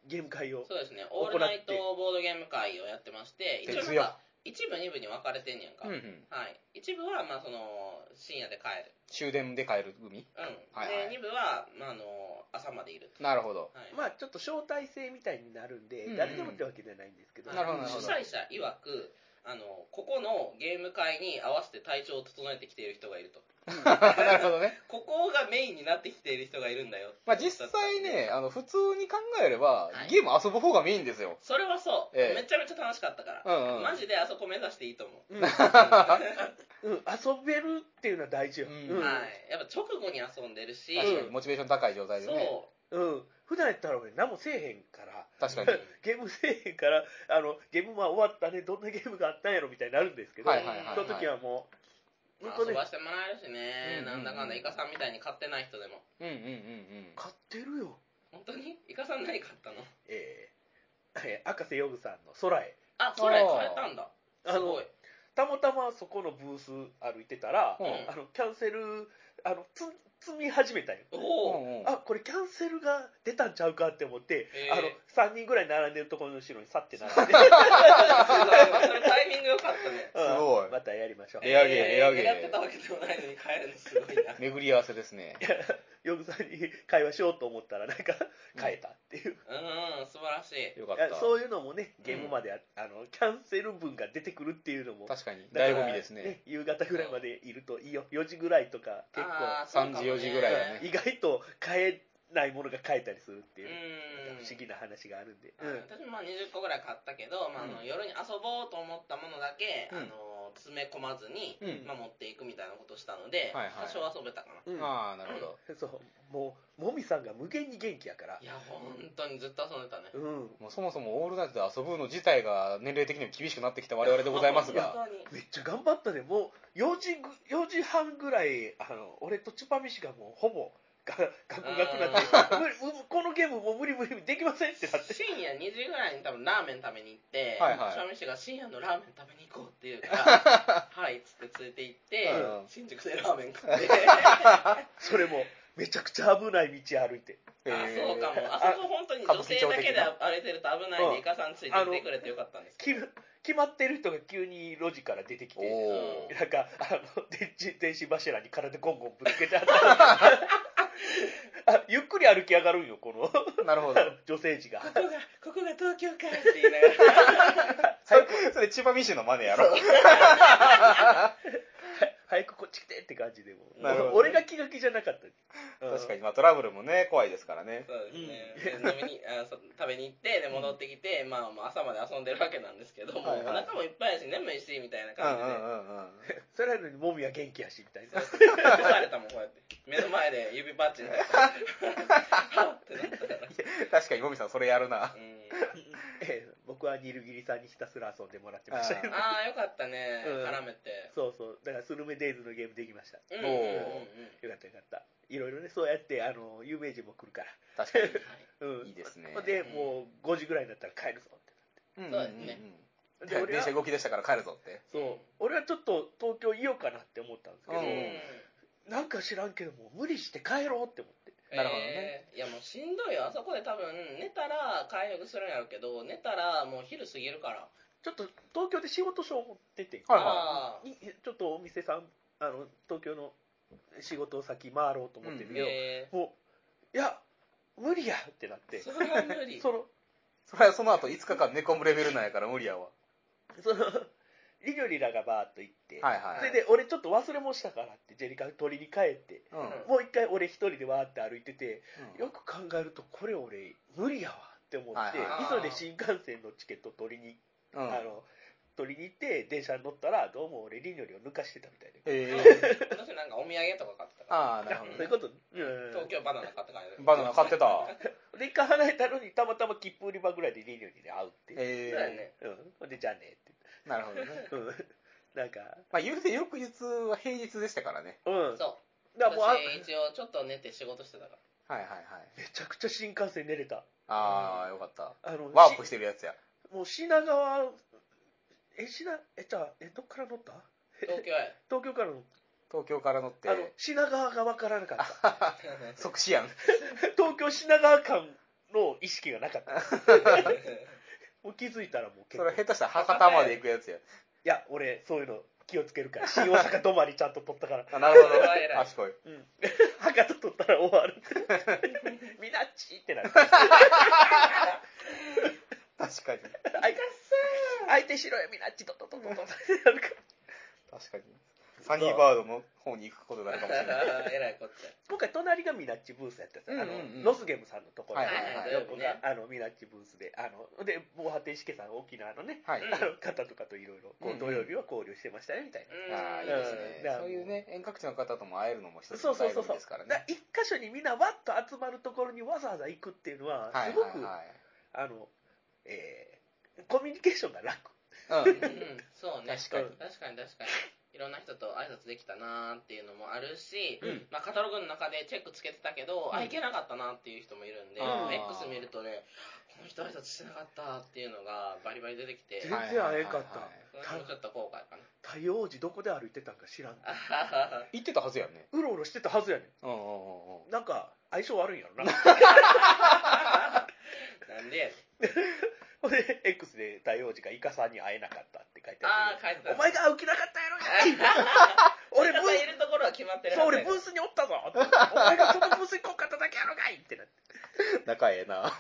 Speaker 1: ゲーム会を。
Speaker 2: そうですね。オールナイトボードゲーム会をやってまして、一応な
Speaker 3: 徹
Speaker 2: ん
Speaker 3: 夜
Speaker 2: か、一部、二部に分かれてんねやんか。
Speaker 3: うんうん。
Speaker 2: はい。一部は、まあ、その、深夜で帰る。
Speaker 3: 終電で帰る組。
Speaker 2: うん。
Speaker 3: はいは
Speaker 2: で、
Speaker 3: い
Speaker 2: 二部は、まあ、あの、朝までいると。
Speaker 3: なる ほど。
Speaker 2: はい。
Speaker 1: まあちょっと招待制みたいになるんで、
Speaker 3: うんうん
Speaker 1: 誰でもってわけじゃないんですけど、
Speaker 3: なるほどなるほ
Speaker 2: 主
Speaker 3: ど
Speaker 2: 催者曰く、あの、ここのゲーム会に合わせて体調を整えてきている人がいると。
Speaker 3: なるほどね。
Speaker 2: ここがメインになってきている人がいるんだよ。
Speaker 3: まあ実際ね、あの、普通に考えれば
Speaker 2: は、い
Speaker 3: ゲーム遊ぶ方がメインですよ。
Speaker 2: それはそう、
Speaker 3: ええ
Speaker 2: めちゃめちゃ楽しかったから、
Speaker 3: うんうん
Speaker 2: マジであそこ目指していいと思う、
Speaker 1: うん、うん遊べるっていうのは大事よ。
Speaker 3: うん
Speaker 1: うん
Speaker 2: はいやっぱ直後に遊んでるし、
Speaker 3: 確かに、モチベーション高い状態で
Speaker 2: そう、
Speaker 3: ね。
Speaker 1: うん普段やったら俺何もせえへんから、
Speaker 3: 確かに。
Speaker 2: うん
Speaker 1: ゲームせえへんから、あの、ゲームは終わったね、どんなゲームがあったんやろみたいになるんですけど、
Speaker 3: はいはいはいはい
Speaker 1: その時はもう、
Speaker 2: ま
Speaker 1: 本当
Speaker 2: あ遊
Speaker 1: ね、
Speaker 2: ばしてもらえるしね、
Speaker 3: うん
Speaker 2: なんだかんだイカさんみたいに買ってない人でも
Speaker 3: うんうんうんうん。
Speaker 1: 買ってるよ。
Speaker 2: 本当にイカさん何買ったの
Speaker 1: えー、えー赤瀬ヨグさんの空へ。
Speaker 2: あそれ買えたんだ
Speaker 1: あ
Speaker 2: すごい
Speaker 1: たまたまそこのブース歩いてたら、
Speaker 3: うん
Speaker 1: あのキャンセルあのつ積み始めたよ、
Speaker 2: お
Speaker 3: う
Speaker 2: お、
Speaker 3: んうん
Speaker 1: あこれキャンセルが出たんちゃうかって思って、
Speaker 2: へー
Speaker 1: あの3人ぐらい並んでるところの後ろにさって並ん で、
Speaker 2: それタイミング良かったね
Speaker 1: うん
Speaker 3: すごい
Speaker 1: またやりましょう
Speaker 3: レアゲーレアゲー
Speaker 2: 狙ってたわけでもないのに買えるのすごい な
Speaker 3: 巡り合わせですね。
Speaker 1: ヨグさんに会話しようと思ったらなんか変えたっていう、
Speaker 2: うん素晴らしい
Speaker 3: よかっ
Speaker 1: いやそ
Speaker 3: た。
Speaker 1: ういうのもねゲームまであ,、あのキャンセル分が出てくるっていうのも
Speaker 3: 確かに、
Speaker 1: だから
Speaker 3: 醍醐味ですね。
Speaker 1: 夕方ぐらいまでいるといいよ4時ぐらいとか結構
Speaker 2: あーそうかもね
Speaker 3: 3時4時ぐらいだね
Speaker 1: 意外と買えないものが買えたりするって
Speaker 2: う
Speaker 1: いう、
Speaker 2: ん
Speaker 1: 不思議な話があるんで、
Speaker 2: 私もまあ20個ぐらい買ったけど、まあ、あの夜に遊ぼうと思ったものだけ、
Speaker 3: うん
Speaker 2: あの詰め込まずに、
Speaker 3: うん
Speaker 2: まあ、持っていくみたいなことしたので、
Speaker 3: はいはい
Speaker 2: 多少遊べたかな。
Speaker 1: うん
Speaker 3: ああ、なるほど。
Speaker 1: そう、もう、もみさんが無限に元気やから
Speaker 2: い。や、本当にずっと遊んでたね。
Speaker 1: うん。
Speaker 3: もうそもそもオールナイトで遊ぶの自体が年齢的にも厳しくなってきた我々でございます が。
Speaker 2: 本当に
Speaker 1: めっちゃ頑張ったね。もう、4時ぐ、4時半ぐらい、あの、俺とチュパミシがもう、ほぼ、が、ガクガクな って、無理うこのゲームもう無理無理無理できませんってなって。
Speaker 2: 深夜2時ぐらいに多分ラーメン食べに行って、
Speaker 3: はいはい
Speaker 2: チャミシが深夜のラーメン食べに行こうって言う から、はいっつって連れて行って、
Speaker 3: うん
Speaker 2: 新宿でラーメン食って、
Speaker 1: それも、めちゃくちゃ危ない道歩いて。
Speaker 3: え
Speaker 2: あ
Speaker 3: ー
Speaker 2: そうかも、あそこ本当に女性だけで歩いてると危ないんで、イカさんついてきてくれてよかったんですけ
Speaker 1: 決ま決まってる人が急に路地から出てき
Speaker 3: お
Speaker 1: て、
Speaker 3: お。
Speaker 1: なんか、あの、電子電子柱に体ゴンゴンぶつけてあった。 あゆっくり歩き上がるんよ、こ の
Speaker 3: なるほど。
Speaker 1: 女性陣が。
Speaker 2: ど、ここが、ここが東京かって言いながら、
Speaker 3: それ、それ千葉ミシュのマネやろ。
Speaker 1: 早くこっち来てって感じでもう
Speaker 3: なるほどね
Speaker 1: 俺が気が気じゃなかった、うん
Speaker 3: 確かに、まあトラブルもね、怖いですからね。
Speaker 2: そうですね、で飲みにあそう食べに行って、で戻ってきて、まあ、もう朝まで遊んでるわけなんですけど、もう
Speaker 3: はいはい
Speaker 2: お腹もいっぱいやし、眠いし、みたいな
Speaker 3: うんうん
Speaker 2: 感じで。
Speaker 3: うんうん。
Speaker 1: それなのにもみは元気やしみた いな
Speaker 2: 食われたもんこうやって目の前で指パッチンされてはっってなったから
Speaker 3: 確かに、もみさんそれやるな。
Speaker 2: うん
Speaker 1: ええ僕はニルギリさんにひたすら遊んでもらってましたけど
Speaker 2: ああよかったね
Speaker 1: うん
Speaker 2: 絡めて
Speaker 1: そうそうだからスルメデイズのゲームできました
Speaker 2: うん
Speaker 3: お
Speaker 2: うんうん
Speaker 3: ー
Speaker 2: う
Speaker 1: よ
Speaker 2: ん
Speaker 1: かったよかったいろいろねそうやってあの有名人も来るか
Speaker 3: 確かに。
Speaker 1: らうん
Speaker 3: いいですね
Speaker 1: ほんでもう5時ぐらいになったら帰るぞっ
Speaker 3: うん
Speaker 2: そうですね
Speaker 1: て
Speaker 3: うん
Speaker 1: で
Speaker 3: うん。
Speaker 1: 俺
Speaker 3: 電
Speaker 1: は
Speaker 3: 車動き出したから帰るぞって。
Speaker 1: そう俺はちょっと東京いようかなって思ったんですけど、
Speaker 3: うん
Speaker 1: なんか知らんけどもう無理して帰ろうって思って
Speaker 3: なるほどね
Speaker 2: えーいやもうしんどいよあそこで多分寝たら回復するんやろうけど寝たらもう昼過ぎるから
Speaker 1: ちょっと東京で仕事証持ってて、
Speaker 3: はいはい
Speaker 1: い
Speaker 2: あ
Speaker 1: ちょっとお店さんあの東京の仕事先回ろうと思ってる
Speaker 2: あ
Speaker 1: けど、
Speaker 2: え
Speaker 1: もういや無理やってなって
Speaker 2: ーそれは無理
Speaker 1: その
Speaker 3: それはその後5日間寝込むレベルなんやから無理やわ。
Speaker 1: そのリニョリラがバーっと行って、
Speaker 3: はいはい
Speaker 1: それで俺ちょっと忘れもしたからってジェリカン取りに帰って
Speaker 3: うんうん
Speaker 1: もう一回俺一人でわーって歩いててよく考えるとこれ俺無理やわって思って、
Speaker 3: はい
Speaker 2: はいはい
Speaker 1: 急いで新幹線のチケット取りに、
Speaker 3: うん。
Speaker 1: あの取りに行って電車に乗ったらどうも俺リニョリを抜かしてたみたいで。
Speaker 3: えー。
Speaker 2: 私なんかお土産とか買ってたか
Speaker 3: ああ、なる
Speaker 1: あ
Speaker 3: ほ
Speaker 1: そ
Speaker 3: ど
Speaker 1: ういうこと、
Speaker 3: ね。
Speaker 1: うん
Speaker 2: ら東京バナナ買って帰る
Speaker 3: バナナ買ってた。
Speaker 1: で、一回離れたのに、たまたま切符売り場ぐらいでリニョに会うって。
Speaker 2: そう
Speaker 3: え
Speaker 2: だよね
Speaker 1: うん。ほんで、じゃあねって。
Speaker 3: ー。なるほ
Speaker 1: うん。
Speaker 3: どね。
Speaker 1: なんか、
Speaker 3: まあ言うて翌日は平日でしたからね。
Speaker 1: うん。
Speaker 2: そう
Speaker 1: だからもうあ、
Speaker 2: 私一応ちょっと寝て仕事してたから
Speaker 3: はいはいは
Speaker 1: め
Speaker 3: い。
Speaker 1: ちゃくちゃ新幹線寝れた。
Speaker 3: ああ、よかった。
Speaker 1: あの、
Speaker 3: ワープ
Speaker 1: し
Speaker 3: してるやつや。
Speaker 1: もう品川、え、品、え、じゃあ、え、どっから乗った
Speaker 2: 東京へ
Speaker 1: 東京から乗っ。
Speaker 3: 東京から乗った
Speaker 1: あの
Speaker 3: て、、
Speaker 1: 品川がわからなかった。
Speaker 3: 即死やん。
Speaker 1: 東京品川間の意識がなかった。もう気づいたらもう結
Speaker 3: そ
Speaker 1: 構。
Speaker 3: れ
Speaker 1: い
Speaker 3: 下手したら博多まで行くやつや。
Speaker 1: や、俺、そういうの気をつけるから。新大阪止まりちゃんと取 ったから。
Speaker 3: あなるほ
Speaker 2: それは偉
Speaker 3: ど。
Speaker 2: い
Speaker 3: 賢い。
Speaker 1: うん。 博多取ったら終わ る。 みなっちってなる。
Speaker 3: 確かに。
Speaker 1: 相手相手しろよみなっちドドドドドってなるから
Speaker 3: 確かに。サニーバードの方に行くことになるか もしれない。
Speaker 2: えらいこっちゃ
Speaker 1: 今回隣がみなっちブースやったんですよ、
Speaker 3: うんうんう
Speaker 1: あ
Speaker 3: ん
Speaker 1: のロスゲムさんのところ
Speaker 3: はい
Speaker 1: で、
Speaker 3: はいはい
Speaker 1: 横が、
Speaker 2: ね
Speaker 1: あのみなっちブースであので防波堤しけさん沖縄のね、
Speaker 3: はい。
Speaker 2: うん
Speaker 1: あの方とかといろいろこ
Speaker 3: うんう
Speaker 1: うん土曜日は交流してましたねみたいな、
Speaker 2: うん
Speaker 3: ああ、いいですね
Speaker 1: うん。
Speaker 3: そういうね、遠隔地の方とも会えるのも一つ
Speaker 1: そう
Speaker 3: の
Speaker 1: そう
Speaker 3: 醍
Speaker 1: そう
Speaker 3: 醐
Speaker 1: そ
Speaker 3: 味
Speaker 1: う
Speaker 3: ですから
Speaker 1: だ
Speaker 3: ね。
Speaker 1: 一箇所にみんなわっと集まるところにわざわざ行くっていうのは
Speaker 3: はい
Speaker 1: すごく、
Speaker 3: は
Speaker 1: あのえーコミュニケーションが楽
Speaker 3: いはい。うん。
Speaker 2: うんそうね
Speaker 3: 確かに
Speaker 2: 確かに確かにいろんな人と挨拶できたなーっていうのもあるし、
Speaker 3: うん
Speaker 2: まあ、カタログの中でチェックつけてたけど、
Speaker 3: うん
Speaker 2: あいけなかったなっていう人もいるんで、
Speaker 3: うん
Speaker 2: X 見るとねこの人挨拶してなかったっていうのがバリバリ出てきて
Speaker 1: 全
Speaker 2: それ
Speaker 1: 然会えんかった、
Speaker 3: はいはいはいはい
Speaker 2: もちょっと後悔 かな
Speaker 1: 太陽寺どこで歩いてたんか知らん
Speaker 2: あはは
Speaker 3: 行ってたはずやんね。
Speaker 1: うろうろしてたはずやね
Speaker 3: うんうんうんうん。
Speaker 1: んなんか相性悪いんやろ な
Speaker 2: なんで
Speaker 1: ほんで、X で大王子がイカさんに会えなかったって書いてあ
Speaker 2: あ
Speaker 1: る
Speaker 2: あ帰って
Speaker 1: けど。
Speaker 2: た
Speaker 1: お前が会う気なかったやろがい 俺ブ
Speaker 2: 方い
Speaker 1: ー
Speaker 2: るところは決まって
Speaker 1: ス、
Speaker 2: る
Speaker 1: そう、
Speaker 2: はず
Speaker 1: 俺 ブ
Speaker 2: やけど
Speaker 1: ースにおったぞってお前がそのブースに来んかっただけやろがいってなって。
Speaker 3: 仲ええな。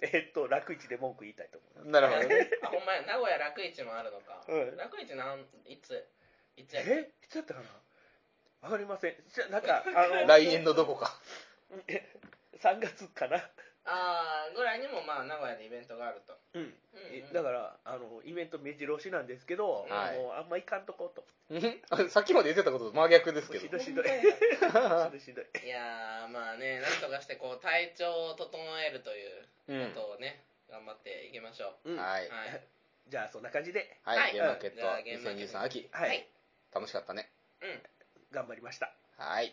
Speaker 1: えーっと、楽市で文句言いたいと思う。
Speaker 3: なるほどね。
Speaker 2: あほんまや名古屋楽市もあるのか、
Speaker 1: うん
Speaker 2: 楽市なんいついつやっけ
Speaker 1: えいつだったかなわ かりません。じゃ、なんか、あの、
Speaker 3: 来年のどこか。
Speaker 1: 3月かな
Speaker 2: あーぐらいにもまあ名古屋でイベントがあると、
Speaker 1: うん、
Speaker 2: うんうん
Speaker 1: だからあのイベント目白押しなんですけど、
Speaker 3: はい
Speaker 1: もうあんま行かんと こと
Speaker 3: うんさっきまで言ってたことと真逆ですけ
Speaker 1: し
Speaker 3: ど
Speaker 1: んどいしんどいしんどいしんどい
Speaker 2: いやーまあねなんとかしてこう体調を整えるという
Speaker 3: うん
Speaker 2: ことをね、頑張っていきましょ
Speaker 1: うん
Speaker 3: は
Speaker 2: う
Speaker 3: い
Speaker 2: はい、
Speaker 1: じゃあそんな感じで
Speaker 3: は
Speaker 2: はいい
Speaker 3: ゲームマーケッ
Speaker 2: じゃあゲーム
Speaker 3: ト
Speaker 2: マーケット
Speaker 3: 2023秋
Speaker 1: はい、
Speaker 2: はい
Speaker 3: 楽しかったね
Speaker 2: うん
Speaker 1: 頑張りました
Speaker 3: はい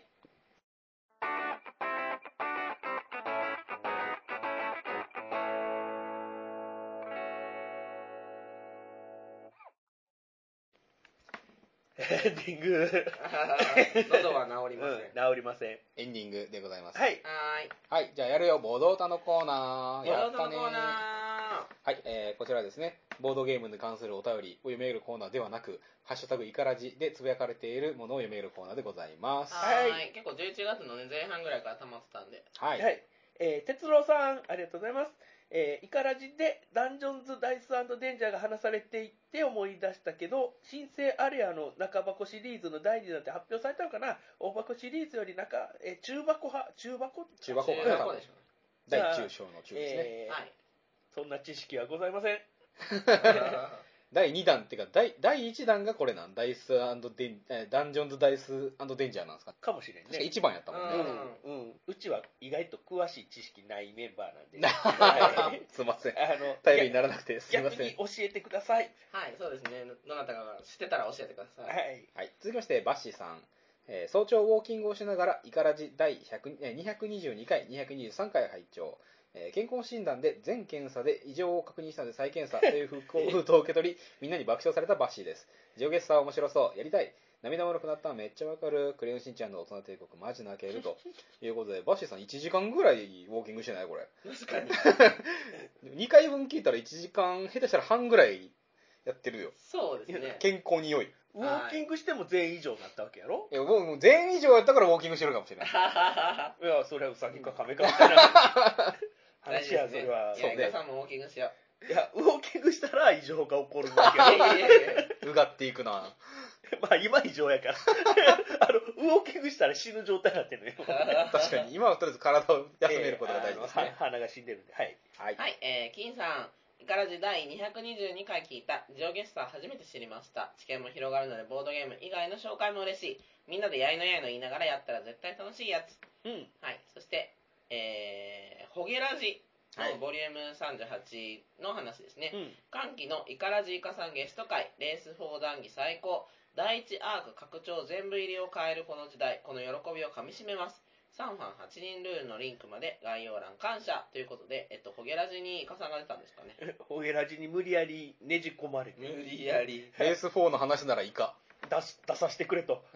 Speaker 1: エンディング、
Speaker 2: 喉は治
Speaker 1: う
Speaker 2: り
Speaker 1: ん、
Speaker 2: ません、
Speaker 1: 治りません
Speaker 3: エンディングでございます
Speaker 1: はい
Speaker 2: はーい
Speaker 3: はいじゃあやるよボード歌のコーナー
Speaker 2: ボ
Speaker 3: や
Speaker 2: ー
Speaker 3: っ
Speaker 2: ド
Speaker 3: た
Speaker 2: の
Speaker 3: ね
Speaker 2: コーナー
Speaker 3: はい、えーこちらですね、ボードゲームに関するお便りを読み上げるコーナーではなく、ハッシュタグイカラジでつぶやかれているものを読み上げるコーナーでございます。
Speaker 1: は
Speaker 3: は
Speaker 2: はいい結構11月のね前半ぐらいから溜まってたんで
Speaker 1: はい、
Speaker 3: い。
Speaker 1: えー哲郎さんありがとうございますえー、イカラジでダンジョンズ・ダイスデンジャーが話されていて思い出したけど新生アレアの中箱シリーズの第2弾って発表されたのかな大箱シリーズより中、えー中箱派中箱
Speaker 3: 中箱
Speaker 2: 中
Speaker 3: かな、多
Speaker 2: 学校
Speaker 3: 分
Speaker 2: でしょ
Speaker 1: じ
Speaker 3: 大
Speaker 1: ゃあ
Speaker 3: 中小の中ですね。
Speaker 1: えー
Speaker 2: はい
Speaker 1: そんな知識はございません
Speaker 3: 第2弾っていうか、第第1弾がこれなんダイスデン、えーダンジョンズ・ダイスデンジャーなんですか
Speaker 1: かもしれん
Speaker 3: 確か
Speaker 1: ね
Speaker 3: 1番やったもん
Speaker 1: う
Speaker 3: ね。
Speaker 1: ん、うん、うちは意外と詳しい知識ないメンバーなん ではい
Speaker 3: すいません。
Speaker 1: あの
Speaker 3: 頼りにならなくてすいま
Speaker 1: 逆
Speaker 3: せ
Speaker 1: に
Speaker 3: ん。
Speaker 1: 教えてください
Speaker 2: はいそうですねどなたかが知ってたら教えてくださ、
Speaker 1: はいい
Speaker 3: はい、続きまして、バッシーさん。えー早朝ウォーキングをしながら、イカラジ第100えー222回、223回拝聴。えー健康診断で全検査で異常を確認したので再検査 という封筒封筒を受け取り、みんなに爆笑されたバッシーです。ジオゲッサー面白そう、やりたい。涙もろくなっためっちゃわかる。クレヨンしんちゃんの大人帝国マジ泣け ると。いうことで、バッシーさん1時間ぐらいウォーキングしてないこれ。
Speaker 2: 確かに
Speaker 3: 2回分聞いたら1時間、下手したら半ぐらいやってるよ。
Speaker 2: そうです ね
Speaker 3: 健康に良い。い
Speaker 1: ウォーキングしても全員以上になったわけやろ
Speaker 3: や、もうもう全員以上やったからウォーキングしてるかもしれない。
Speaker 1: いや、それはウサギか亀かみたい な話や、それは。
Speaker 2: い
Speaker 3: そう
Speaker 2: や
Speaker 3: ね
Speaker 2: イカさんもウォーキングしよ
Speaker 1: いや、ウォーキングしたら異常が起こるわ
Speaker 2: う
Speaker 1: け
Speaker 2: いや
Speaker 1: よ。
Speaker 2: い やいやいや
Speaker 3: うがっていくな
Speaker 1: まあ、今異常やから。 あの、ウォーキングしたら死ぬ状態になってるのよ。
Speaker 3: 確かに今はとりあえず体を 休めることが大事です
Speaker 1: は
Speaker 3: ね、
Speaker 1: 鼻が死んでるんで。はい。
Speaker 3: はい
Speaker 2: はい、えー、金さん、イカラジ第222回聞いた、ジオゲッサー初めて知りました。知見も広がるので、ボードゲーム以外の紹介も嬉しい。みんなでやいのやいの言いながらやったら絶対楽しいやつ。
Speaker 1: うん。
Speaker 2: はい、そして、えー、ホゲラジの
Speaker 3: はい
Speaker 2: ボリューム38の話ですね。
Speaker 1: うん。
Speaker 2: 歓喜のイカラジイカさんゲスト会、レース4談義最高、第1アーク拡張全部入りを変えるこの時代、この喜びをかみしめます。3班8人ルールのリンクまで概要欄感謝ということで、えっと、ホゲラジにイカさんが出たんですかね。
Speaker 1: ホゲラジに無理やりねじ込まれて、
Speaker 2: 理やり。
Speaker 3: レース4の話ならイカ
Speaker 1: 出し、出させてくれ と。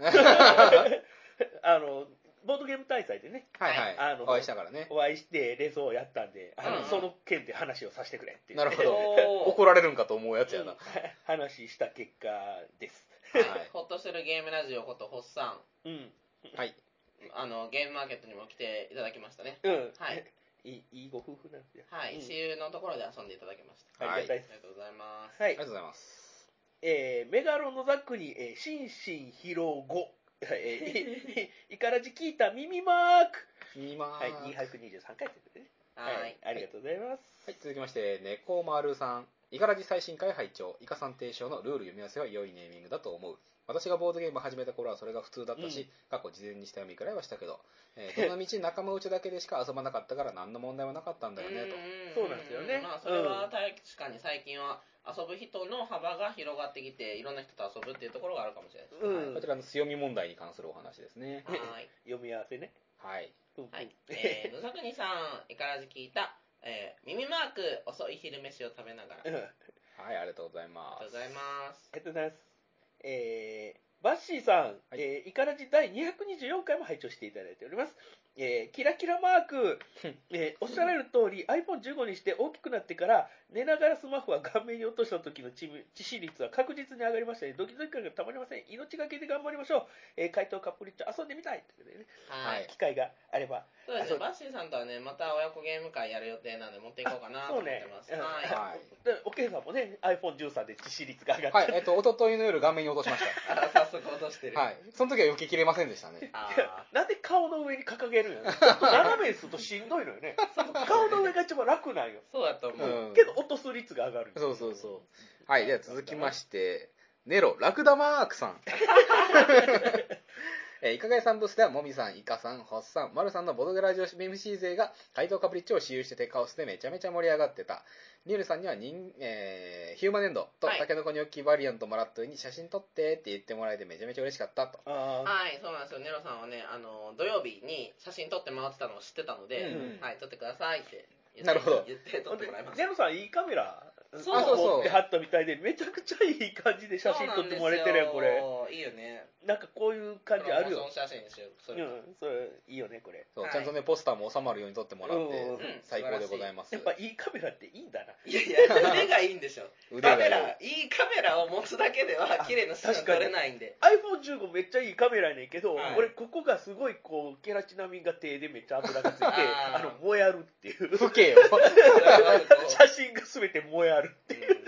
Speaker 1: あの、ボードゲーム大祭でね、
Speaker 3: はい
Speaker 2: は
Speaker 3: はいい、
Speaker 1: あの
Speaker 3: お会いしたからね
Speaker 1: お会いして、レースをやったんで、あの、
Speaker 2: うん
Speaker 1: その件で話をさせてくれって言
Speaker 3: な
Speaker 1: っ
Speaker 3: る
Speaker 1: て
Speaker 3: ほど怒
Speaker 2: おー
Speaker 3: られるんかと思うやつやな、
Speaker 1: うん話した結果です。
Speaker 3: はい
Speaker 2: ほっとするゲームラジオこと、ホッサ
Speaker 1: うん。
Speaker 3: はい
Speaker 2: ン、あの、ゲームマーケットにも来ていただきましたね。
Speaker 1: うん。
Speaker 2: はい。
Speaker 1: いい、いいご夫婦なんですよ。
Speaker 2: はい、
Speaker 1: うん
Speaker 2: 私有のところで遊んでいただきました。
Speaker 1: ありがたいで
Speaker 2: ありがとうございます。
Speaker 1: す。は
Speaker 3: あり
Speaker 1: い
Speaker 3: がと。うございます
Speaker 1: えー、メガロのザックに、えー、心身疲労後、えー、い イカラジ聞いた耳マーク。
Speaker 3: 見ま
Speaker 1: は
Speaker 3: ー
Speaker 1: い、
Speaker 3: す
Speaker 1: 223回ですね。
Speaker 2: はい。
Speaker 1: ありがとうございます。
Speaker 3: はい、続きまして、猫丸さん。イカラジ最新回拝聴イカさん提唱のルール読み合わせは良いネーミングだと思う。私がボードゲームを始めた頃はそれが普通だったし、
Speaker 1: うん
Speaker 3: 過去事前に下読みくらいはしたけど、えーどの道仲間内だけでしか遊ばなかったから何の問題もなかったんだよね、と。
Speaker 1: そうなんですよね
Speaker 2: まあそれは確かに最近は遊ぶ人の幅が広がってきていろんな人と遊ぶっていうところがあるかもしれないですね。
Speaker 1: うん
Speaker 3: こちらの強み問題に関するお話ですね。
Speaker 2: はい。
Speaker 1: 読み合わせね。
Speaker 3: はい。
Speaker 1: うんうん
Speaker 2: はい。えー、野崎さん、いからじ聞いた、えー、耳マーク、遅い昼飯を食べながら。あ
Speaker 1: う
Speaker 2: り
Speaker 1: んあ
Speaker 3: はい、ありがとうござい
Speaker 2: が
Speaker 3: ま
Speaker 2: とう
Speaker 3: す
Speaker 2: ご。ざいます。
Speaker 1: りがとうございます。えー、バッシーさん、
Speaker 3: はい
Speaker 1: えー、イカラジ第224回も拝聴していただいております。えー、キラキラマー ク、えーおっしゃられる通り iPhone15 にして大きくなってから寝ながらスマホは顔面に落とした時の致命致死率は確実に上がりましたねドキドキ感がたまりません命がけで頑張りましょう、えー、回答カップリッチョ遊んでみたいということでね
Speaker 2: はい。
Speaker 3: はい
Speaker 1: 機会があれば
Speaker 2: そうです
Speaker 1: あそう
Speaker 2: ね、バッシーさんとはね、また親子ゲーム会やる予定なんで持っていこうかなと思ってま
Speaker 1: あそ
Speaker 2: す。
Speaker 1: うね
Speaker 2: はい。
Speaker 3: はい。
Speaker 1: でおけいさんもね iPhone13 で致死率が上がって、
Speaker 3: はい、えっと、おとといの夜、画面に落としまし
Speaker 2: あ早速落とし て
Speaker 3: た。はい。その時は避けきれませんでしたね。
Speaker 2: あー
Speaker 1: なんで顔の上に掲げれるよね。ち ょっと斜めにするとしんどいのよね。顔の上が一番楽なんよ。
Speaker 2: そうやと思う。
Speaker 3: うん
Speaker 1: けど落とす率が上がる。
Speaker 3: そうそうそう。はい、では続きまして、ネロ、ラクダマーク さん。えー、いかがやさんブースでは、もみさん、いかさん、ほっさん、まるさんのボドゲラジオ MC 勢が、怪盗カプリッチを私有しててカオスでめちゃめちゃ盛り上がってた。ニールさんには人、えーヒューマネンドと
Speaker 2: はい
Speaker 3: タケノコニョッキバリアントもらった上に写真撮ってって言ってもらえてめちゃめちゃ嬉しかったと。
Speaker 1: あ
Speaker 2: はい、そうなんですよ。ネロさんはね、あの、土曜日に写真撮って回ってたのを知ってたので、
Speaker 3: うん
Speaker 2: はい、撮ってくださいって言って
Speaker 3: なるほど
Speaker 2: 言って
Speaker 1: あ。
Speaker 2: 撮ってもらいまし
Speaker 1: ゼ
Speaker 2: た。
Speaker 1: ロさんいいカメラ
Speaker 2: そうあそう
Speaker 3: そう
Speaker 1: 持ってはったみたいでめちゃくちゃいい感じで写真撮ってもらえてるやんこれ
Speaker 2: そうなんですよ。いいよね。
Speaker 1: なんかこういう感じあるよ
Speaker 2: その写真にしよう。
Speaker 1: う
Speaker 2: そ
Speaker 1: ん
Speaker 2: れ
Speaker 1: それいいよねこれ
Speaker 3: そう
Speaker 2: はい
Speaker 3: ちゃんとね、ポスターも収まるように撮ってもらって
Speaker 1: うん、
Speaker 3: 最高でございます。
Speaker 1: やっぱいいカメラっていいんだない
Speaker 2: やいや、腕がいいんでしょ。
Speaker 3: 腕
Speaker 2: カ
Speaker 3: が
Speaker 2: メ
Speaker 3: いい。
Speaker 2: ラ、いいカメラを持つだけでは、綺麗な写真撮れないん で。
Speaker 1: iPhone15 めっちゃいいカメラやねんけど、
Speaker 2: はい
Speaker 1: 俺ここがすごいこうケラチナミンが手でめっちゃ油がついて
Speaker 2: あ
Speaker 1: あ
Speaker 2: ー
Speaker 1: の燃えあるっていう
Speaker 3: 不景よ。
Speaker 1: 写真が全て燃えある
Speaker 2: うん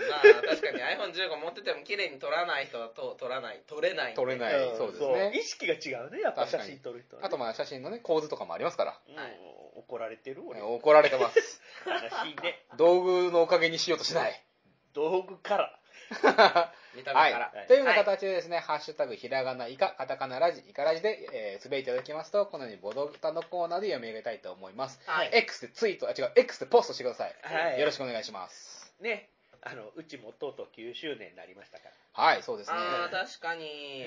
Speaker 2: まあ、確かに iPhone15 持ってても綺麗に撮らない人はと撮らない、撮れないんで。
Speaker 3: 撮れない
Speaker 1: ん
Speaker 3: そうですね
Speaker 1: 意識が違うねやっぱ写真撮る人はね
Speaker 3: あとまあ写真のね、構図とかもありますから。
Speaker 1: うん
Speaker 2: はい
Speaker 1: 怒られてる俺悲
Speaker 3: 怒られてます。
Speaker 1: しいね
Speaker 3: 道具のおかげにしようとしない。
Speaker 1: 道具から
Speaker 2: 見た
Speaker 3: は
Speaker 2: 目
Speaker 3: い
Speaker 2: から。。
Speaker 3: というような形でですね、ハッシュタグひらがなイカ、カタカナラジ、イカラジで、えー、つぶやいていただきますと、このようにボドタのコーナーで読み上げたいと思います。
Speaker 2: はい。
Speaker 3: X でツイート、あ、違う、X でポストしてください。
Speaker 1: はい
Speaker 3: よろしくお願いします。
Speaker 1: ねあのうちもとうとう9周年になりましたから
Speaker 3: はい、そうですね。
Speaker 2: ああ、確かに。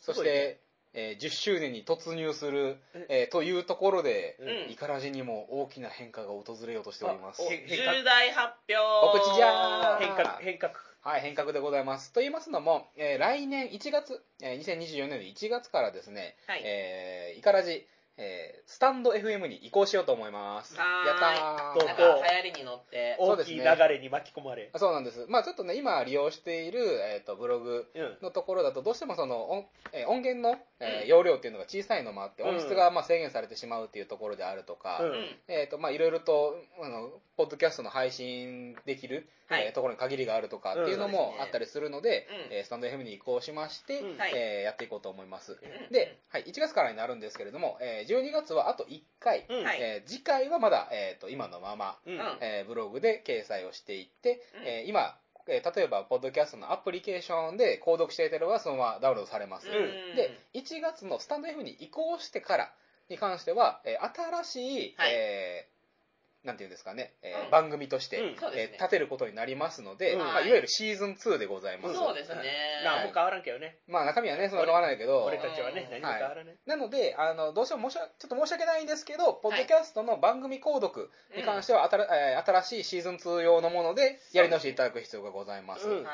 Speaker 3: そし
Speaker 1: すごいね
Speaker 3: て、えー10周年に突入する
Speaker 1: え、
Speaker 3: えーというところで、
Speaker 1: う
Speaker 2: うん
Speaker 3: イ。カラジにも大きな変化が訪れようとしております
Speaker 1: あ。お
Speaker 2: 重大発表
Speaker 3: 告知じゃー
Speaker 1: 変革変革
Speaker 3: はい、変革でございます。と言いますのも、えー来年1月、えー2024年の1月からですね、
Speaker 2: はい
Speaker 3: えーイカラジ、えースタンド FM に移行しようと思います。
Speaker 2: はーい
Speaker 3: やった
Speaker 1: ど
Speaker 3: ー
Speaker 1: う
Speaker 2: な
Speaker 1: ぞ
Speaker 2: んか流行りに乗って
Speaker 3: お
Speaker 1: 大きい流れに巻き込まれ
Speaker 3: あそうなんです。まあちょっとね、今利用している、えーとブログ
Speaker 1: うん
Speaker 3: のところだと、どうしてもその音,、えー音源の、えー容量っていうのが小さいのもあって、
Speaker 1: うん
Speaker 3: 音質がまあ制限されてしまうっていうところであるとか、
Speaker 1: う
Speaker 2: うん
Speaker 1: ん
Speaker 3: えーとまあ、いろいろとあのポッドキャストの配信できる、
Speaker 2: はい
Speaker 3: えーところに限りがあるとかっていうのも
Speaker 2: うん
Speaker 3: あったりするので、
Speaker 2: うん
Speaker 3: えースタンド FM に移行しまして、
Speaker 1: うん
Speaker 2: はい
Speaker 3: えーやっていこうと思います、
Speaker 2: うん
Speaker 3: で、はい、1月からになるんですけれども、えー12月はあと1回、
Speaker 1: うん
Speaker 2: はい
Speaker 3: えー次回はまだ、えー、と今のまま、
Speaker 1: うん
Speaker 2: うん
Speaker 3: えーブログで掲載をしていって、
Speaker 2: うん
Speaker 3: えー今、えー例えばポッドキャストのアプリケーションで購読していたのはそのままダウンロードされます、
Speaker 1: うん
Speaker 3: で1月のスタンド F に移行してからに関しては、えー新しい、
Speaker 2: はい
Speaker 3: えーなんていうんですかね、えー
Speaker 2: うん
Speaker 3: 番組として、
Speaker 1: うん
Speaker 2: そうです
Speaker 3: えー
Speaker 2: ね
Speaker 3: 立てることになりますので、
Speaker 1: うん
Speaker 3: まあ、
Speaker 2: はい
Speaker 3: いわゆるシーズン2でございます、
Speaker 2: そうですね
Speaker 1: 何も変わらんけどね
Speaker 3: まあ中身はねそんな変わらないけど
Speaker 1: 俺たちはね
Speaker 2: う
Speaker 1: 何
Speaker 2: ん
Speaker 1: も変わらない
Speaker 3: なのであのどうしても申し訳ちょっと申し訳ないんですけど、ポッドキャストの番組購読に関しては、新えー新しいシーズン2用のものでやり直していただく必要がございます、
Speaker 1: うん
Speaker 2: はい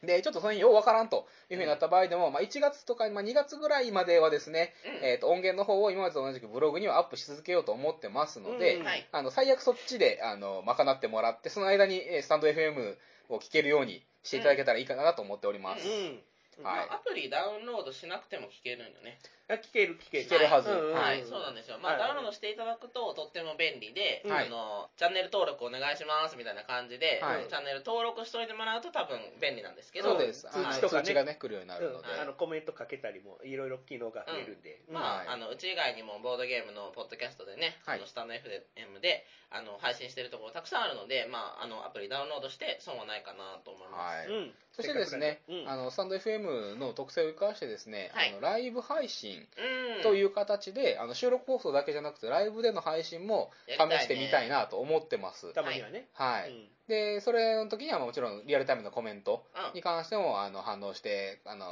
Speaker 3: でちょっとその辺ようわからんというふうになった場合でも、まあ、1月とか、まあ、2月ぐらいまではですね、
Speaker 2: うん
Speaker 3: えー、と音源の方を今までと同じくブログにはアップし続けようと思ってますので、
Speaker 1: うん
Speaker 2: はい
Speaker 3: あの最悪そっちであの賄ってもらってその間にえースタンド FM を聞けるようにしていただけたらいいかなと思っております、
Speaker 2: うん
Speaker 1: うん
Speaker 3: はい
Speaker 2: まあアプリダウンロードしなくても聞けるんよね
Speaker 1: あ聞ける聞ける
Speaker 3: 聞けるはず
Speaker 1: うんうん
Speaker 3: は
Speaker 2: はい
Speaker 3: い
Speaker 2: そうなんですよまあ
Speaker 1: はい
Speaker 2: ダウンロードしていただくととっても便利で
Speaker 1: うん
Speaker 2: あのチャンネル登録お願いしますみたいな感じで
Speaker 3: はい
Speaker 2: チャンネル登録しといてもらうと多分便利なんですけど
Speaker 3: そうで
Speaker 1: 通
Speaker 3: すあ
Speaker 1: 知
Speaker 3: の
Speaker 1: とかね
Speaker 3: 通知がね来るようになるので、
Speaker 1: うんあのコメントかけたりもいろいろ機能が増えるんでうん
Speaker 2: ま
Speaker 3: はい
Speaker 2: あ、あのうち以外にもボードゲームのポッドキャストでね、
Speaker 3: は
Speaker 2: あ
Speaker 3: い
Speaker 2: のスタンド FM であの配信してるところたくさんあるので、まあ、あのアプリダウンロードして損はないかなと思います。
Speaker 3: はい
Speaker 1: うん
Speaker 3: そしてですね、
Speaker 1: せっかくなんで
Speaker 3: あのスタンド FM の特性を生かしてですね、
Speaker 2: はい
Speaker 3: あのライブ配信
Speaker 2: うん、
Speaker 3: という形で、あの収録放送だけじゃなくてライブでの配信も試してみたい
Speaker 2: な。
Speaker 3: なと思ってます、
Speaker 1: うんたまにはね
Speaker 3: は
Speaker 1: う
Speaker 3: い、
Speaker 1: ん
Speaker 3: でそれの時にはもちろんリアルタイムのコメント
Speaker 2: うん
Speaker 3: に関してもあの反応してあの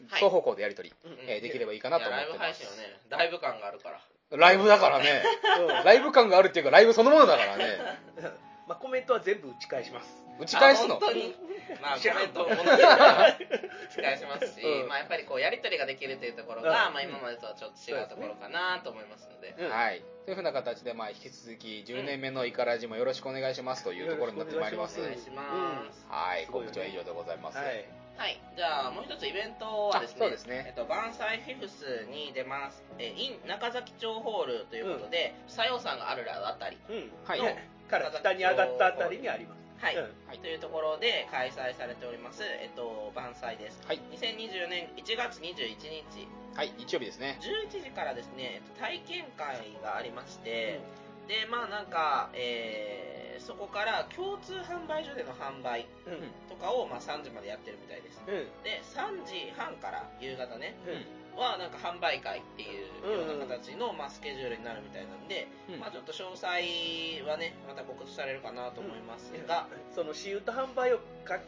Speaker 2: い
Speaker 3: 双方向でやり取り、
Speaker 1: うん
Speaker 2: ん
Speaker 3: えーできればいいか
Speaker 2: いや
Speaker 3: なと思っ
Speaker 2: ライブ
Speaker 3: て
Speaker 2: 配
Speaker 3: ま
Speaker 2: 信
Speaker 3: す
Speaker 2: はね、ライブ感があるから。
Speaker 3: ライブだからね
Speaker 1: うん
Speaker 3: ライブ感があるっていうかライブそのものだ からね
Speaker 1: まあコメントは全部打ち返します
Speaker 3: 打ち返す
Speaker 2: あ
Speaker 3: の
Speaker 2: 本当 に。まあ、
Speaker 1: 知
Speaker 2: コ
Speaker 1: らん
Speaker 2: メントをものに打ち返しますし、
Speaker 1: うん
Speaker 2: まあ、やっぱりこうやり取りができるというところが、
Speaker 1: うん
Speaker 2: まあ、今までとはちょっと違うところかなと思いますので。
Speaker 1: うん
Speaker 3: はいというふうな形で、まあ、引き続き10年目のイカラジもよろしくお願いしますというところになってまいります
Speaker 2: お
Speaker 1: うん
Speaker 2: 願いします。
Speaker 3: はい
Speaker 1: すごい
Speaker 3: 告
Speaker 1: よね
Speaker 3: 知は以上でございます、
Speaker 1: はい
Speaker 2: はい、じゃあもう一つイベントはですね
Speaker 3: あそうですね
Speaker 2: えっと、バンサイフィフスに出ます、えー in 中崎町ホールということで、不採用さんがあるらあたり
Speaker 1: うん
Speaker 3: はい
Speaker 1: ねから下に上がったあたりにあります
Speaker 2: はい、
Speaker 1: うん
Speaker 3: はい
Speaker 2: というところで開催されております、えっと、万歳です。
Speaker 3: はい
Speaker 2: 2020年1月21日、
Speaker 3: はい日曜日ですね
Speaker 2: 11時からですね、えっと体験会がありまして、で、まあなんか、えーそこから共通販売所での販売
Speaker 1: うんうん
Speaker 2: とかを、まあ、3時までやってるみたいです。
Speaker 1: うん
Speaker 2: で、3時半から夕方ね、
Speaker 1: うん
Speaker 2: はなんか販売会っていうような形の、まあ、スケジュールになるみたいなんで、
Speaker 3: うん
Speaker 2: まあちょっと詳細はね、また告知されるかなと思いますが、
Speaker 1: その私有と販売をかき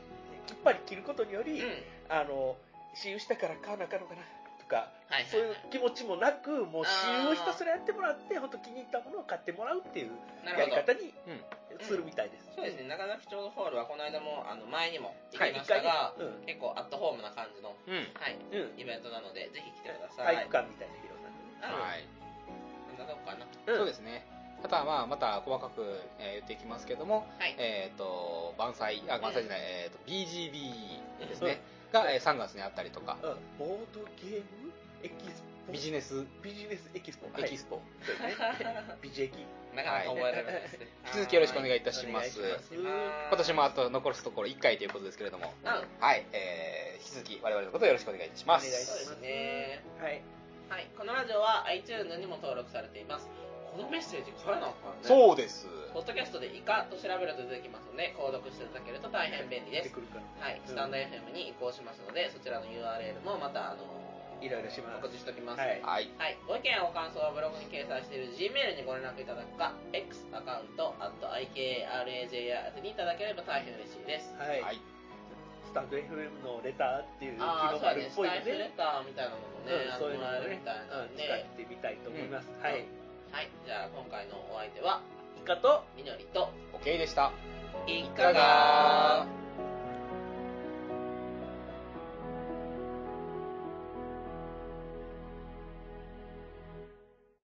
Speaker 1: っぱり切ることによ
Speaker 2: うん、
Speaker 1: り、あの私有したから買わなあかんのかなとか
Speaker 2: はいはい、
Speaker 1: そういう気持ちもなくもう
Speaker 2: あー
Speaker 1: 私有をひたすらやってもらって本当気に入ったものを買ってもらうっていう
Speaker 2: な
Speaker 1: や
Speaker 2: る
Speaker 1: り
Speaker 2: ほど。
Speaker 1: 方に
Speaker 3: うん
Speaker 1: するみたいです、
Speaker 2: そうですね、中崎町のホールはこの間も、あの、前にも行
Speaker 1: はい
Speaker 2: きましたが、
Speaker 1: 一回ね
Speaker 2: 結構アットホームな感じの、
Speaker 3: うん
Speaker 2: はい、
Speaker 1: うん、うん
Speaker 2: イベントなので、ぜひ来てくださ
Speaker 1: 体
Speaker 2: い。
Speaker 1: 育館みたいな広さ
Speaker 2: あの
Speaker 3: はい
Speaker 2: こんなとこかな。
Speaker 1: でね、
Speaker 3: そうですすねあとはまあまた細かく、えー言っていきますけども、
Speaker 2: はい
Speaker 3: えっ、と万歳あ万歳じゃない、えー、と BGB ですね、が、えー3月にあったりとか、
Speaker 1: うん、ボードゲームエキスポ
Speaker 3: ビジネス
Speaker 1: ビジネスエキスポ
Speaker 3: エキス
Speaker 1: ポ、
Speaker 3: ポ、
Speaker 1: はいそうねビジエキ
Speaker 2: なかなか覚えられないですね。
Speaker 3: 引き続きよろしくお願いいたしま
Speaker 1: お
Speaker 3: す
Speaker 1: 願いします
Speaker 3: 今年もあと残すところ1回ということですけれども
Speaker 2: うん、そう
Speaker 3: はい、えー、引き続き我々のことをよろしくお願いいたします
Speaker 1: お願いします
Speaker 2: ですね。
Speaker 1: はい
Speaker 2: はい、このラジオは iTunes にも登録されています。このメッセージからなのかな
Speaker 3: そうです
Speaker 2: ポッドキャストでイカと調べると出てきますので、購読していただけると大変便利
Speaker 1: 出て
Speaker 2: です。
Speaker 1: くるから
Speaker 2: はい、スタンド FM に移行しますので、そちらの URL もまた、あのー
Speaker 1: いろいろします
Speaker 2: 告知しておきます。
Speaker 1: はい
Speaker 3: はい
Speaker 2: はい、ご意見やご感想はブログに掲載している Gmail にご連絡いただくか、X アカウント、IKRAJR にいただければ大変嬉しいです。
Speaker 1: はい、
Speaker 3: はい
Speaker 1: スタンド FM のレターっていう機
Speaker 2: ああ、
Speaker 1: 能
Speaker 2: そ
Speaker 1: があ
Speaker 2: う
Speaker 1: るっ
Speaker 2: ですね、ス
Speaker 1: ぽいの
Speaker 2: タイフレ
Speaker 1: で、
Speaker 2: ターみたいなのもね、あの
Speaker 1: そういう
Speaker 2: も
Speaker 1: のも
Speaker 2: らえるみ
Speaker 1: ね、
Speaker 2: たいな
Speaker 1: うん
Speaker 2: の、
Speaker 1: 使
Speaker 2: で、
Speaker 1: ってみたいと思います。はい。
Speaker 2: はい、じゃあ今回のお相手は、
Speaker 1: イカと
Speaker 2: みのりと、
Speaker 3: OK でした
Speaker 2: い
Speaker 3: かが